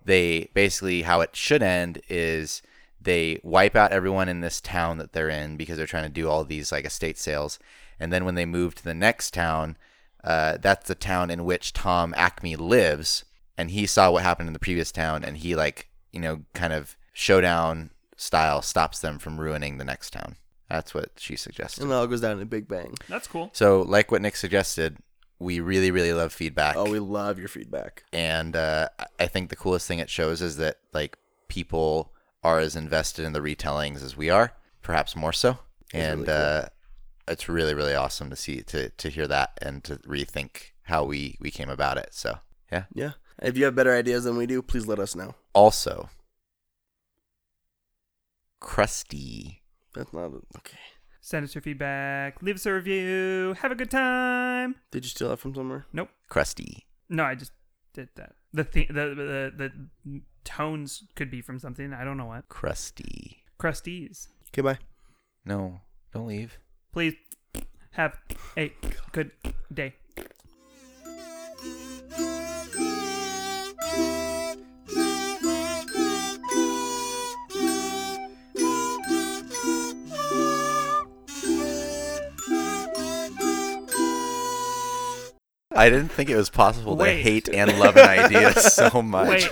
they basically how it should end is they wipe out everyone in this town that they're in because they're trying to do all these like estate sales. And then when they move to the next town, uh, that's the town in which Tom Acme lives, and he saw what happened in the previous town, and he like you know kind of showdown style stops them from ruining the next town. That's what she suggested.
And it all goes down in a big bang.
That's cool.
So, like what Nick suggested, we really, really love feedback.
Oh, we love your feedback.
and uh, I- I think the coolest thing it shows is that like people are as invested in the retellings as we are, perhaps more so. and
really cool.
uh, it's really, really awesome to see to to hear that and to rethink how we we came about it. So yeah.
Yeah. If you have better ideas than we do, please let us know.
Also, crusty.
That's not okay.
Send us your feedback. Leave us a review. Have a good time.
Did you steal that from somewhere?
Nope.
Crusty.
No, I just did that. The the the, the, the tones could be from something. I don't know what.
Crusty.
Crusties.
Okay, bye.
No, don't leave.
Please have a good day.
I didn't think it was possible
Wait.
to hate and love an idea so much.
Wait.